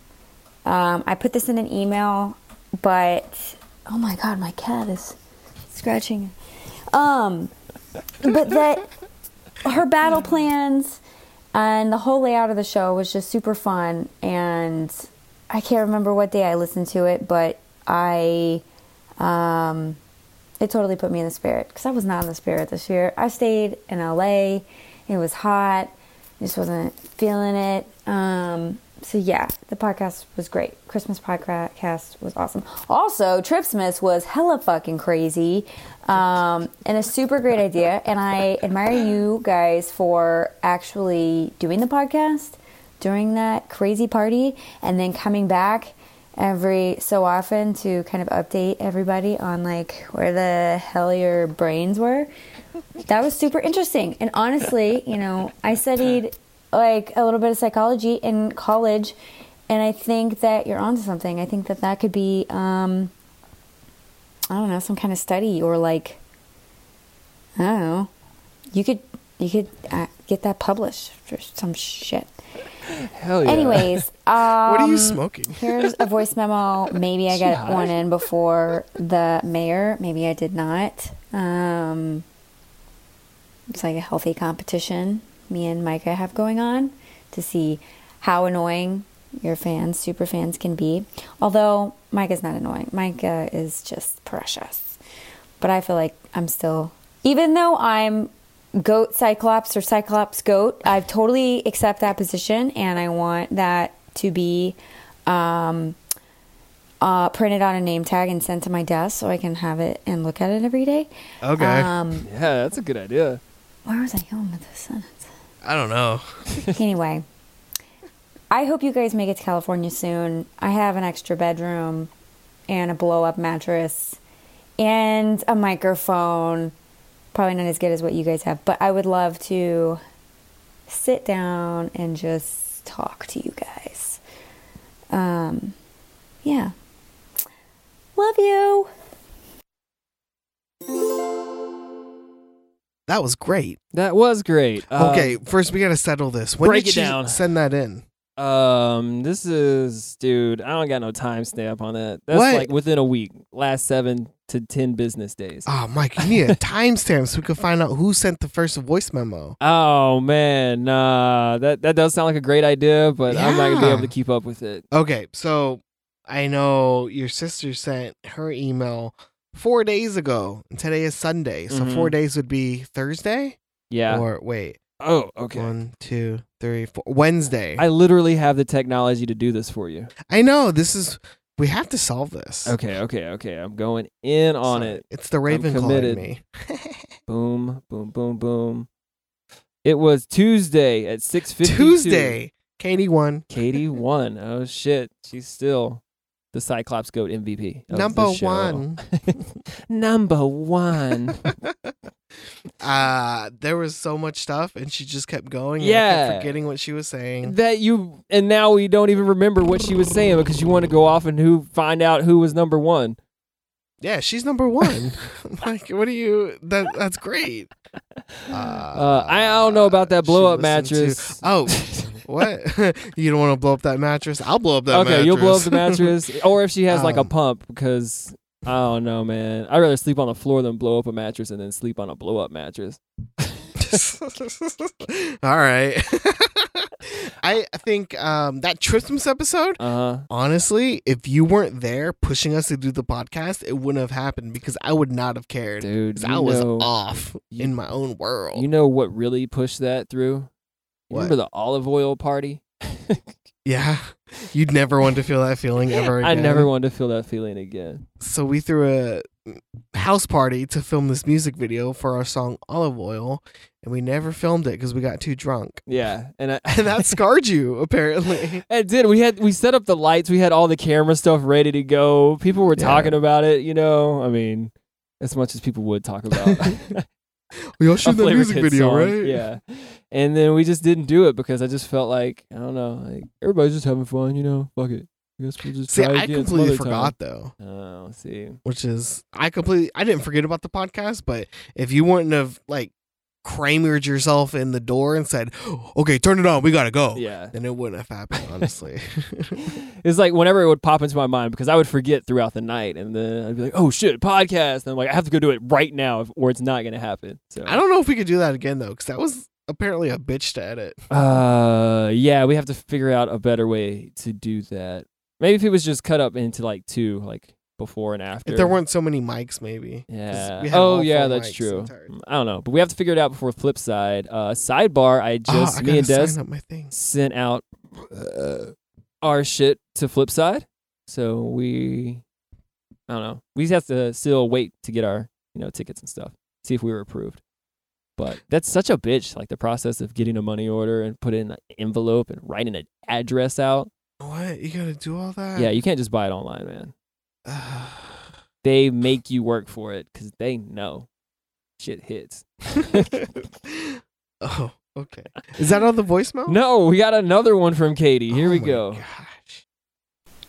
Speaker 6: Um, I put this in an email, but oh my god, my cat is scratching. Um, but that her battle plans and the whole layout of the show was just super fun and i can't remember what day i listened to it but i um it totally put me in the spirit because i was not in the spirit this year i stayed in la it was hot I just wasn't feeling it um so yeah the podcast was great christmas podcast was awesome also tripsmith was hella fucking crazy um, and a super great idea. And I admire you guys for actually doing the podcast during that crazy party and then coming back every so often to kind of update everybody on like where the hell your brains were. That was super interesting. And honestly, you know, I studied like a little bit of psychology in college. And I think that you're onto something. I think that that could be um, I don't know, some kind of study or like, I don't know. You could you could uh, get that published or some shit.
Speaker 2: Hell yeah.
Speaker 6: Anyways, um,
Speaker 1: what are you smoking?
Speaker 6: Here's a voice memo. Maybe I got
Speaker 2: high?
Speaker 6: one in before the mayor. Maybe I did not. Um, it's like a healthy competition me and Micah have going on to see how annoying your fans, super fans, can be. Although Micah's not annoying. Micah is just precious. But I feel like I'm still even though I'm goat cyclops or cyclops goat, I totally accept that position and I want that to be um, uh, printed on a name tag and sent to my desk so I can have it and look at it every day.
Speaker 1: Okay.
Speaker 6: Um,
Speaker 2: Yeah, that's a good idea.
Speaker 6: where was I going with this sentence?
Speaker 1: I don't know.
Speaker 6: anyway, I hope you guys make it to California soon. I have an extra bedroom and a blow up mattress and a microphone. Probably not as good as what you guys have, but I would love to sit down and just talk to you guys. Um, yeah. Love you.
Speaker 1: That was great.
Speaker 2: That was great. Uh,
Speaker 1: okay, first we gotta settle this. When
Speaker 2: break
Speaker 1: did
Speaker 2: it
Speaker 1: you
Speaker 2: down.
Speaker 1: send that in?
Speaker 2: Um, this is, dude. I don't got no timestamp on that. That's
Speaker 1: What?
Speaker 2: like within a week, last seven to ten business days.
Speaker 1: Oh, Mike, you need a timestamp so we can find out who sent the first voice memo.
Speaker 2: Oh man, nah. That that does sound like a great idea, but I'm not gonna be
Speaker 1: Yeah.
Speaker 2: able to keep up with it.
Speaker 1: Okay, so I know your sister sent her email four days ago. and Today is Sunday, so
Speaker 2: Mhm.
Speaker 1: four days would be Thursday.
Speaker 2: Yeah.
Speaker 1: Or wait,
Speaker 2: oh, okay.
Speaker 1: one, two, three, four. Wednesday.
Speaker 2: I literally have the technology to do this for you.
Speaker 1: I know this is. We have to solve this.
Speaker 2: Okay, okay, okay. I'm going in on
Speaker 1: So,
Speaker 2: it.
Speaker 1: It's the Raven
Speaker 2: committed.
Speaker 1: calling me.
Speaker 2: Boom, boom, boom, boom. It was Tuesday at six fifty.
Speaker 1: Tuesday. Katie won.
Speaker 2: Katie won. Oh shit, she's still the Cyclops Goat MVP. of
Speaker 1: Number
Speaker 2: the show.
Speaker 1: one.
Speaker 2: Number one.
Speaker 1: Uh there was so much stuff, and she just kept going. and I kept
Speaker 2: Yeah.
Speaker 1: forgetting what she was saying.
Speaker 2: that you and now we don't even remember what she was saying because you want to go off and who find out who was number one.
Speaker 1: Yeah, she's number one. like, what do you? That that's great. Uh,
Speaker 2: Uh, I don't know about
Speaker 1: she
Speaker 2: that blow up
Speaker 1: listened to-
Speaker 2: mattress. Uh,
Speaker 1: oh, what? you don't want to blow up that mattress? I'll blow up that.
Speaker 2: okay,
Speaker 1: mattress.
Speaker 2: you'll blow up the mattress, or if she has like a
Speaker 1: Um,
Speaker 2: pump because. I don't know, man. I'd rather sleep on the floor than blow up a mattress and then sleep on a blow up mattress.
Speaker 1: All right. I think um, that Tristram's episode.
Speaker 2: Uh huh.
Speaker 1: Honestly, if you weren't there pushing us to do the podcast, it wouldn't have happened because I would not have cared.
Speaker 2: Dude,
Speaker 1: 'Cause
Speaker 2: you
Speaker 1: I was
Speaker 2: know-
Speaker 1: off
Speaker 2: you-
Speaker 1: in my own world.
Speaker 2: You know what really pushed that through? You
Speaker 1: What?
Speaker 2: Remember the olive oil party?
Speaker 1: yeah, you'd never want to feel that feeling ever
Speaker 2: I
Speaker 1: again.
Speaker 2: never wanted to feel that feeling again.
Speaker 1: so we threw a house party to film this music video for our song Olive Oil, and we never filmed it because we got too drunk.
Speaker 2: Yeah, and I,
Speaker 1: And that scarred you, apparently.
Speaker 2: It did. We had we set up the lights. We had all the camera stuff ready to go. People were
Speaker 1: Yeah.
Speaker 2: talking about it. You know, I mean, as much as people would talk about a
Speaker 1: We all shoot that
Speaker 2: Flavor
Speaker 1: music
Speaker 2: Kid
Speaker 1: video,
Speaker 2: song.
Speaker 1: right?
Speaker 2: Yeah. And then we just didn't do it because I just felt like I don't know, like everybody's just having fun. You know, fuck it. I guess we'll just
Speaker 1: See,
Speaker 2: try
Speaker 1: I
Speaker 2: again some
Speaker 1: completely
Speaker 2: other
Speaker 1: forgot though,
Speaker 2: Time. Oh, see,
Speaker 1: which is I completely I didn't forget about the podcast, but if you wouldn't have like cramered yourself in the door and said, "Okay, turn it on, we gotta go,"
Speaker 2: yeah.
Speaker 1: then it wouldn't have happened, honestly.
Speaker 2: It's like whenever it would pop into my mind because I would forget throughout the night, and then I'd be like, "Oh shit, podcast!" And I'm like, "I have to go do it right now, or it's not gonna happen." So
Speaker 1: I don't know if we could do that again though, because that was apparently a bitch to edit.
Speaker 2: Uh, yeah, we have to figure out a better way to do that. Maybe if it was just cut up into like two, like before and after.
Speaker 1: If there weren't so many mics, maybe. 'Cause
Speaker 2: Yeah.
Speaker 1: we had
Speaker 2: Oh,
Speaker 1: all
Speaker 2: yeah,
Speaker 1: four
Speaker 2: that's
Speaker 1: mics
Speaker 2: true. Mm.
Speaker 1: entirely.
Speaker 2: I don't know, but we have to figure it out before Flipside. Uh, sidebar. I
Speaker 1: Ah,
Speaker 2: just
Speaker 1: I
Speaker 2: me and
Speaker 1: gotta
Speaker 2: Des
Speaker 1: sign up my thing.
Speaker 2: sent out uh, our shit to Flipside, so we, I don't know, we just have to still wait to get our you know tickets and stuff, see if we were approved. But that's such a bitch, like the process of getting a money order and put it in an envelope and writing an address out.
Speaker 1: What you gotta do all that?
Speaker 2: Yeah, you can't just buy it online, man.
Speaker 1: Yeah.
Speaker 2: They make you work for it because they know shit hits.
Speaker 1: oh, okay. Is that on the voicemail?
Speaker 2: No, we got another one from Katie. Here
Speaker 1: Oh
Speaker 2: we
Speaker 1: my
Speaker 2: go.
Speaker 1: Gosh.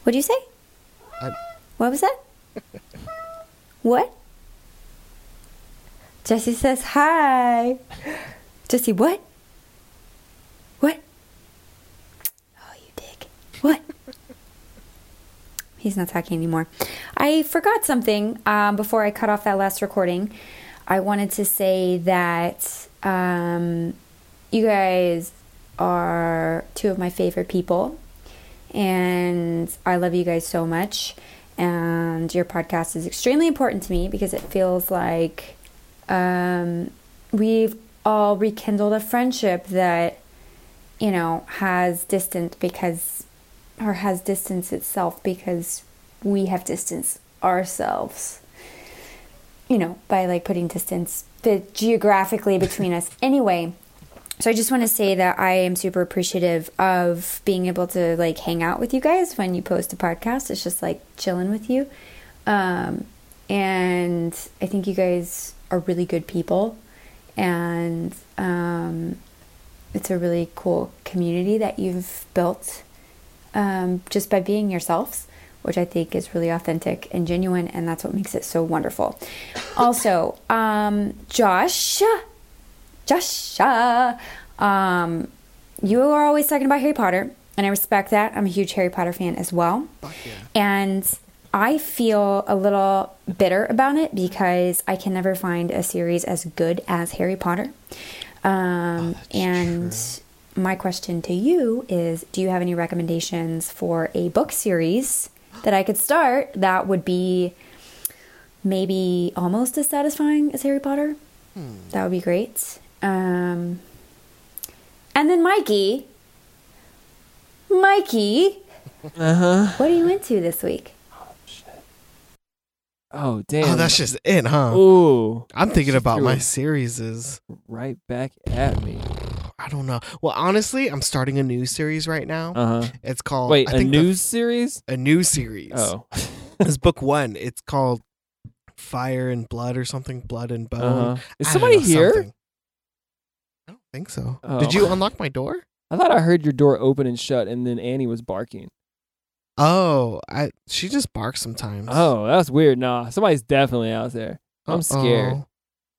Speaker 6: What'd you say?
Speaker 1: I-
Speaker 6: What was that? what? Jesse says hi. Jesse, what? What? Oh, you dick. What? He's not talking anymore. I forgot something um, before I cut off that last recording. I wanted to say that um, you guys are two of my favorite people and I love you guys so much. And your podcast is extremely important to me because it feels like um, we've all rekindled a friendship that you know has distance because or has distance itself because we have distanced ourselves you know by like putting distance the geographically between us anyway so i just want to say that i am super appreciative of being able to like hang out with you guys when you post a podcast it's just like chilling with you um, and i think you guys are really good people and um, it's a really cool community that you've built um, just by being yourselves, which I think is really authentic and genuine, and that's what makes it so wonderful. Also, um, Josh, Josh, um, you are always talking about Harry Potter, and I respect that. I'm a huge Harry Potter fan as well, and I feel a little bitter about it because I can never find a series as good as Harry Potter. Um, and my question to you is do you have any recommendations for a book series that I could start that would be maybe almost as satisfying as Harry Potter? That would be great. Um, and then Mikey. Mikey, what are you into this week?
Speaker 2: Oh damn.
Speaker 1: Oh, that's just it, huh?
Speaker 2: Ooh,
Speaker 1: I'm thinking about
Speaker 2: Sure.
Speaker 1: my series is
Speaker 2: right back at me.
Speaker 1: I don't know. Well, honestly, I'm starting a new series right now.
Speaker 2: Uh huh.
Speaker 1: It's called
Speaker 2: Wait,
Speaker 1: I
Speaker 2: a
Speaker 1: the-
Speaker 2: news series?
Speaker 1: a new series.
Speaker 2: Oh,
Speaker 1: It's book one. It's called Fire and Blood or something. Blood and Bone.
Speaker 2: uh-huh. is
Speaker 1: I don't
Speaker 2: somebody
Speaker 1: know,
Speaker 2: here?
Speaker 1: something. I don't think so.
Speaker 2: Oh.
Speaker 1: Did you unlock my door?
Speaker 2: I thought I heard your door open and shut, and then Annie was barking.
Speaker 1: Oh, I she just barks sometimes.
Speaker 2: Oh, that's weird. Nah, somebody's definitely out there. I'm scared.
Speaker 1: Uh-oh.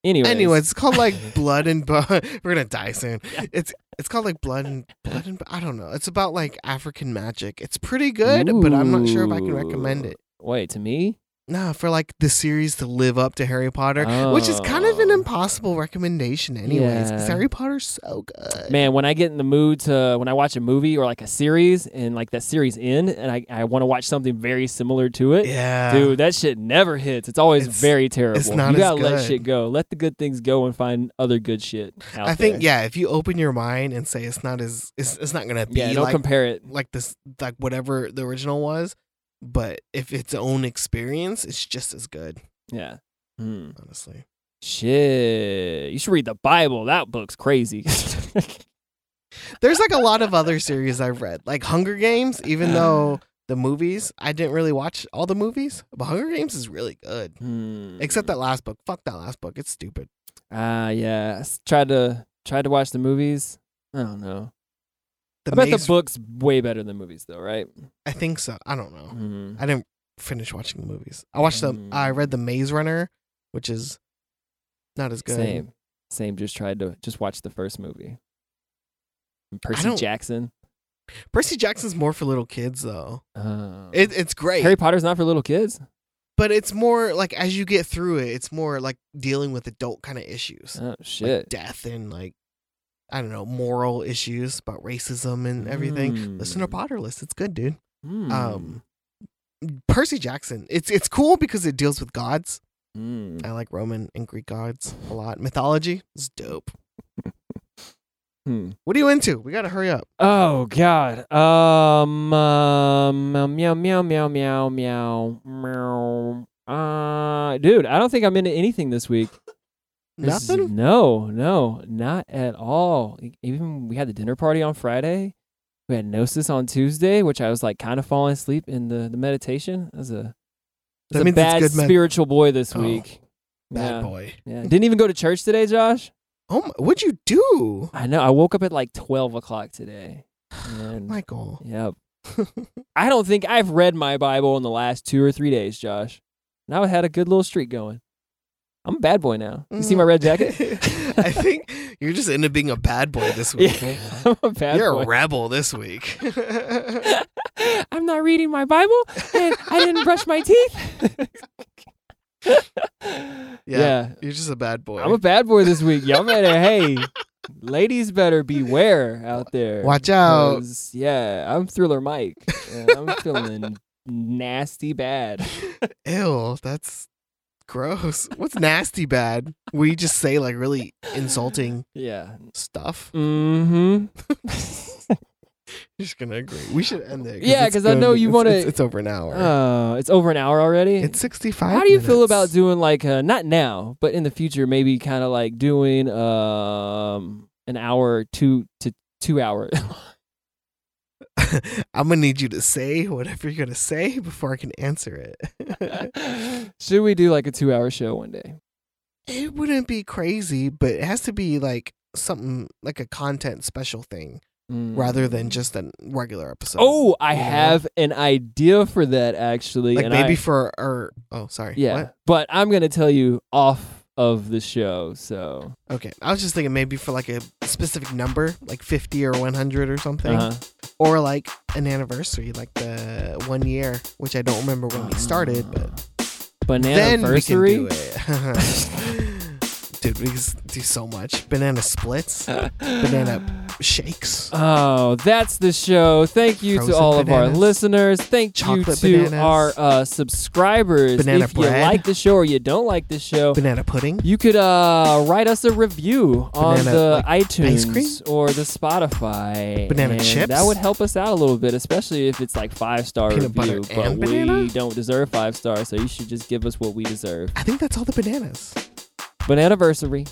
Speaker 2: Anyways,
Speaker 1: Anyway, it's called like Blood and Bone. We're gonna die soon. It's it's called like Blood and Blood and Bo- I don't know. It's about like African magic. It's pretty good, but I'm not sure if I can recommend
Speaker 2: Ooh.
Speaker 1: it.
Speaker 2: Wait, to me?
Speaker 1: No, for like the series to live up to Harry Potter, which is kind of an
Speaker 2: Oh.
Speaker 1: impossible recommendation, anyways. 'cause
Speaker 2: Yeah.
Speaker 1: Harry Potter's so good.
Speaker 2: Man, when I get in the mood to when I watch a movie or like a series and like that series end and I, I want to watch something very similar to it.
Speaker 1: yeah,
Speaker 2: Dude, that shit never hits. It's always
Speaker 1: It's-
Speaker 2: very terrible.
Speaker 1: not
Speaker 2: you
Speaker 1: as
Speaker 2: gotta let
Speaker 1: good.
Speaker 2: shit go. Let the good things go and find other good shit. Out
Speaker 1: I think
Speaker 2: there.
Speaker 1: yeah. If you open your mind and say it's not as it's, it's not gonna be
Speaker 2: yeah. Don't
Speaker 1: like
Speaker 2: compare it.
Speaker 1: like this like whatever the original was, but if its own experience, it's just as good.
Speaker 2: Yeah. Hmm.
Speaker 1: Honestly,
Speaker 2: Shit, you should read the Bible. That book's crazy.
Speaker 1: there's like a lot of other series I've read, like Hunger Games.
Speaker 2: Uh-huh.
Speaker 1: Even though the movies, I didn't really watch all the movies, but Hunger Games is really good.
Speaker 2: Hmm.
Speaker 1: Except that last book. Fuck that last book. It's stupid.
Speaker 2: Ah, yeah. I s- Tried to tried to watch the movies. I don't know.
Speaker 1: The
Speaker 2: I bet
Speaker 1: Maze-
Speaker 2: the book's way better than movies, though, right?
Speaker 1: I think so. I don't know.
Speaker 2: Mm.
Speaker 1: I didn't finish watching the movies. I watched them. I read the Maze Runner, which is not as good.
Speaker 2: Same, same. Just tried to just watch the first movie. And Percy
Speaker 1: don't-
Speaker 2: Jackson.
Speaker 1: Percy Jackson's more for little kids though.
Speaker 2: Oh.
Speaker 1: It, it's great,
Speaker 2: Harry Potter's not for little kids.
Speaker 1: but it's more like as you get through it, it's more like dealing with adult kind of issues,
Speaker 2: Oh
Speaker 1: like
Speaker 2: shit.
Speaker 1: death and like I don't know moral issues about racism and everything. Listen to
Speaker 2: Mm.
Speaker 1: Potterless. It's good, dude.
Speaker 2: Hmm.
Speaker 1: Um, Percy Jackson. It's it's cool because it deals with gods.
Speaker 2: Hmm.
Speaker 1: I like Roman and Greek gods a lot. Mythology is dope.
Speaker 2: Hmm.
Speaker 1: What are you into? We gotta hurry up.
Speaker 2: Oh God. Um. um, uh, meow. Meow. Meow. Meow. Meow. Meow. Uh, dude, I don't think I'm into anything this week. This is-
Speaker 1: Nothing.
Speaker 2: No, no, not at all. E- Even we had the dinner party on Friday. We had gnosis on Tuesday, which I was like kind of falling asleep in the, the meditation. That was a,
Speaker 1: That
Speaker 2: that was a
Speaker 1: means it's
Speaker 2: bad
Speaker 1: good med-
Speaker 2: spiritual boy this
Speaker 1: Oh,
Speaker 2: week.
Speaker 1: Bad
Speaker 2: yeah,
Speaker 1: boy.
Speaker 2: yeah. Didn't even go to church today, Josh.
Speaker 1: Oh, my, what'd you do,
Speaker 2: I know. I woke up at like twelve o'clock today. And,
Speaker 1: Michael?
Speaker 2: Yep. I don't think I've read my Bible in the last two or three days, Josh. And I had a good little streak going. I'm a bad boy now. You see my
Speaker 1: Mm.
Speaker 2: red jacket?
Speaker 1: I think you're just into being a bad boy this week.
Speaker 2: Yeah, I'm a bad
Speaker 1: You're
Speaker 2: boy.
Speaker 1: a rebel this week.
Speaker 2: I'm not reading my Bible and I didn't brush my teeth. yeah.
Speaker 1: You're just a bad boy.
Speaker 2: I'm a bad boy this week. Y'all better, hey, ladies better beware out there.
Speaker 1: Watch out.
Speaker 2: 'Cause, Yeah, I'm Thriller Mike. and I'm feeling nasty bad.
Speaker 1: Ew, that's gross. What's nasty bad? Where you just say like really insulting
Speaker 2: Yeah.
Speaker 1: stuff.
Speaker 2: Mm-hmm.
Speaker 1: You're just gonna agree. We should end it.
Speaker 2: Yeah,
Speaker 1: it's
Speaker 2: 'cause I
Speaker 1: gonna
Speaker 2: know
Speaker 1: be-
Speaker 2: you
Speaker 1: it's-
Speaker 2: wanna-
Speaker 1: It's, it's over an hour.
Speaker 2: Oh, it's over an hour already.
Speaker 1: it's 65.
Speaker 2: How do you feel
Speaker 1: minutes.
Speaker 2: about doing like uh, not now, but in the future, maybe kind of like doing um an hour two to two hour?
Speaker 1: I'm gonna need you to say whatever you're gonna say before I can answer it.
Speaker 2: Should we do like a two hour show one day?
Speaker 1: it wouldn't be crazy, but it has to be like something like a content special thing
Speaker 2: Mm.
Speaker 1: rather than just a regular episode.
Speaker 2: Oh, I
Speaker 1: you know?
Speaker 2: have an idea for that actually.
Speaker 1: like
Speaker 2: and
Speaker 1: maybe
Speaker 2: I-
Speaker 1: for or oh sorry
Speaker 2: yeah,
Speaker 1: What?
Speaker 2: but I'm gonna tell you off of the show. So
Speaker 1: okay i was just thinking maybe for like a specific number like 50 or 100 or something
Speaker 2: uh-huh.
Speaker 1: or like an anniversary like the one year which i don't remember when we started but
Speaker 2: banana
Speaker 1: then we can do
Speaker 2: anniversary.
Speaker 1: it dude we can s- do so much banana splits banana shakes
Speaker 2: Oh, that's the show. Thank you to
Speaker 1: Frozen
Speaker 2: all of our
Speaker 1: bananas.
Speaker 2: listeners. Thank
Speaker 1: Chocolate
Speaker 2: you to
Speaker 1: bananas.
Speaker 2: our uh, subscribers.
Speaker 1: Banana
Speaker 2: if you
Speaker 1: bread.
Speaker 2: like the show or you don't like the show,
Speaker 1: banana pudding
Speaker 2: you could uh, write us a review on
Speaker 1: Banana,
Speaker 2: the
Speaker 1: like, ice
Speaker 2: iTunes
Speaker 1: cream?
Speaker 2: or the Spotify.
Speaker 1: Banana
Speaker 2: and
Speaker 1: chips?
Speaker 2: That would help us out a little bit, especially if it's like five star
Speaker 1: Peanut butter
Speaker 2: review. But
Speaker 1: and
Speaker 2: we
Speaker 1: banana?
Speaker 2: don't deserve five stars, so you should just give us what we deserve.
Speaker 1: i think that's all the bananas
Speaker 2: Banana anniversary.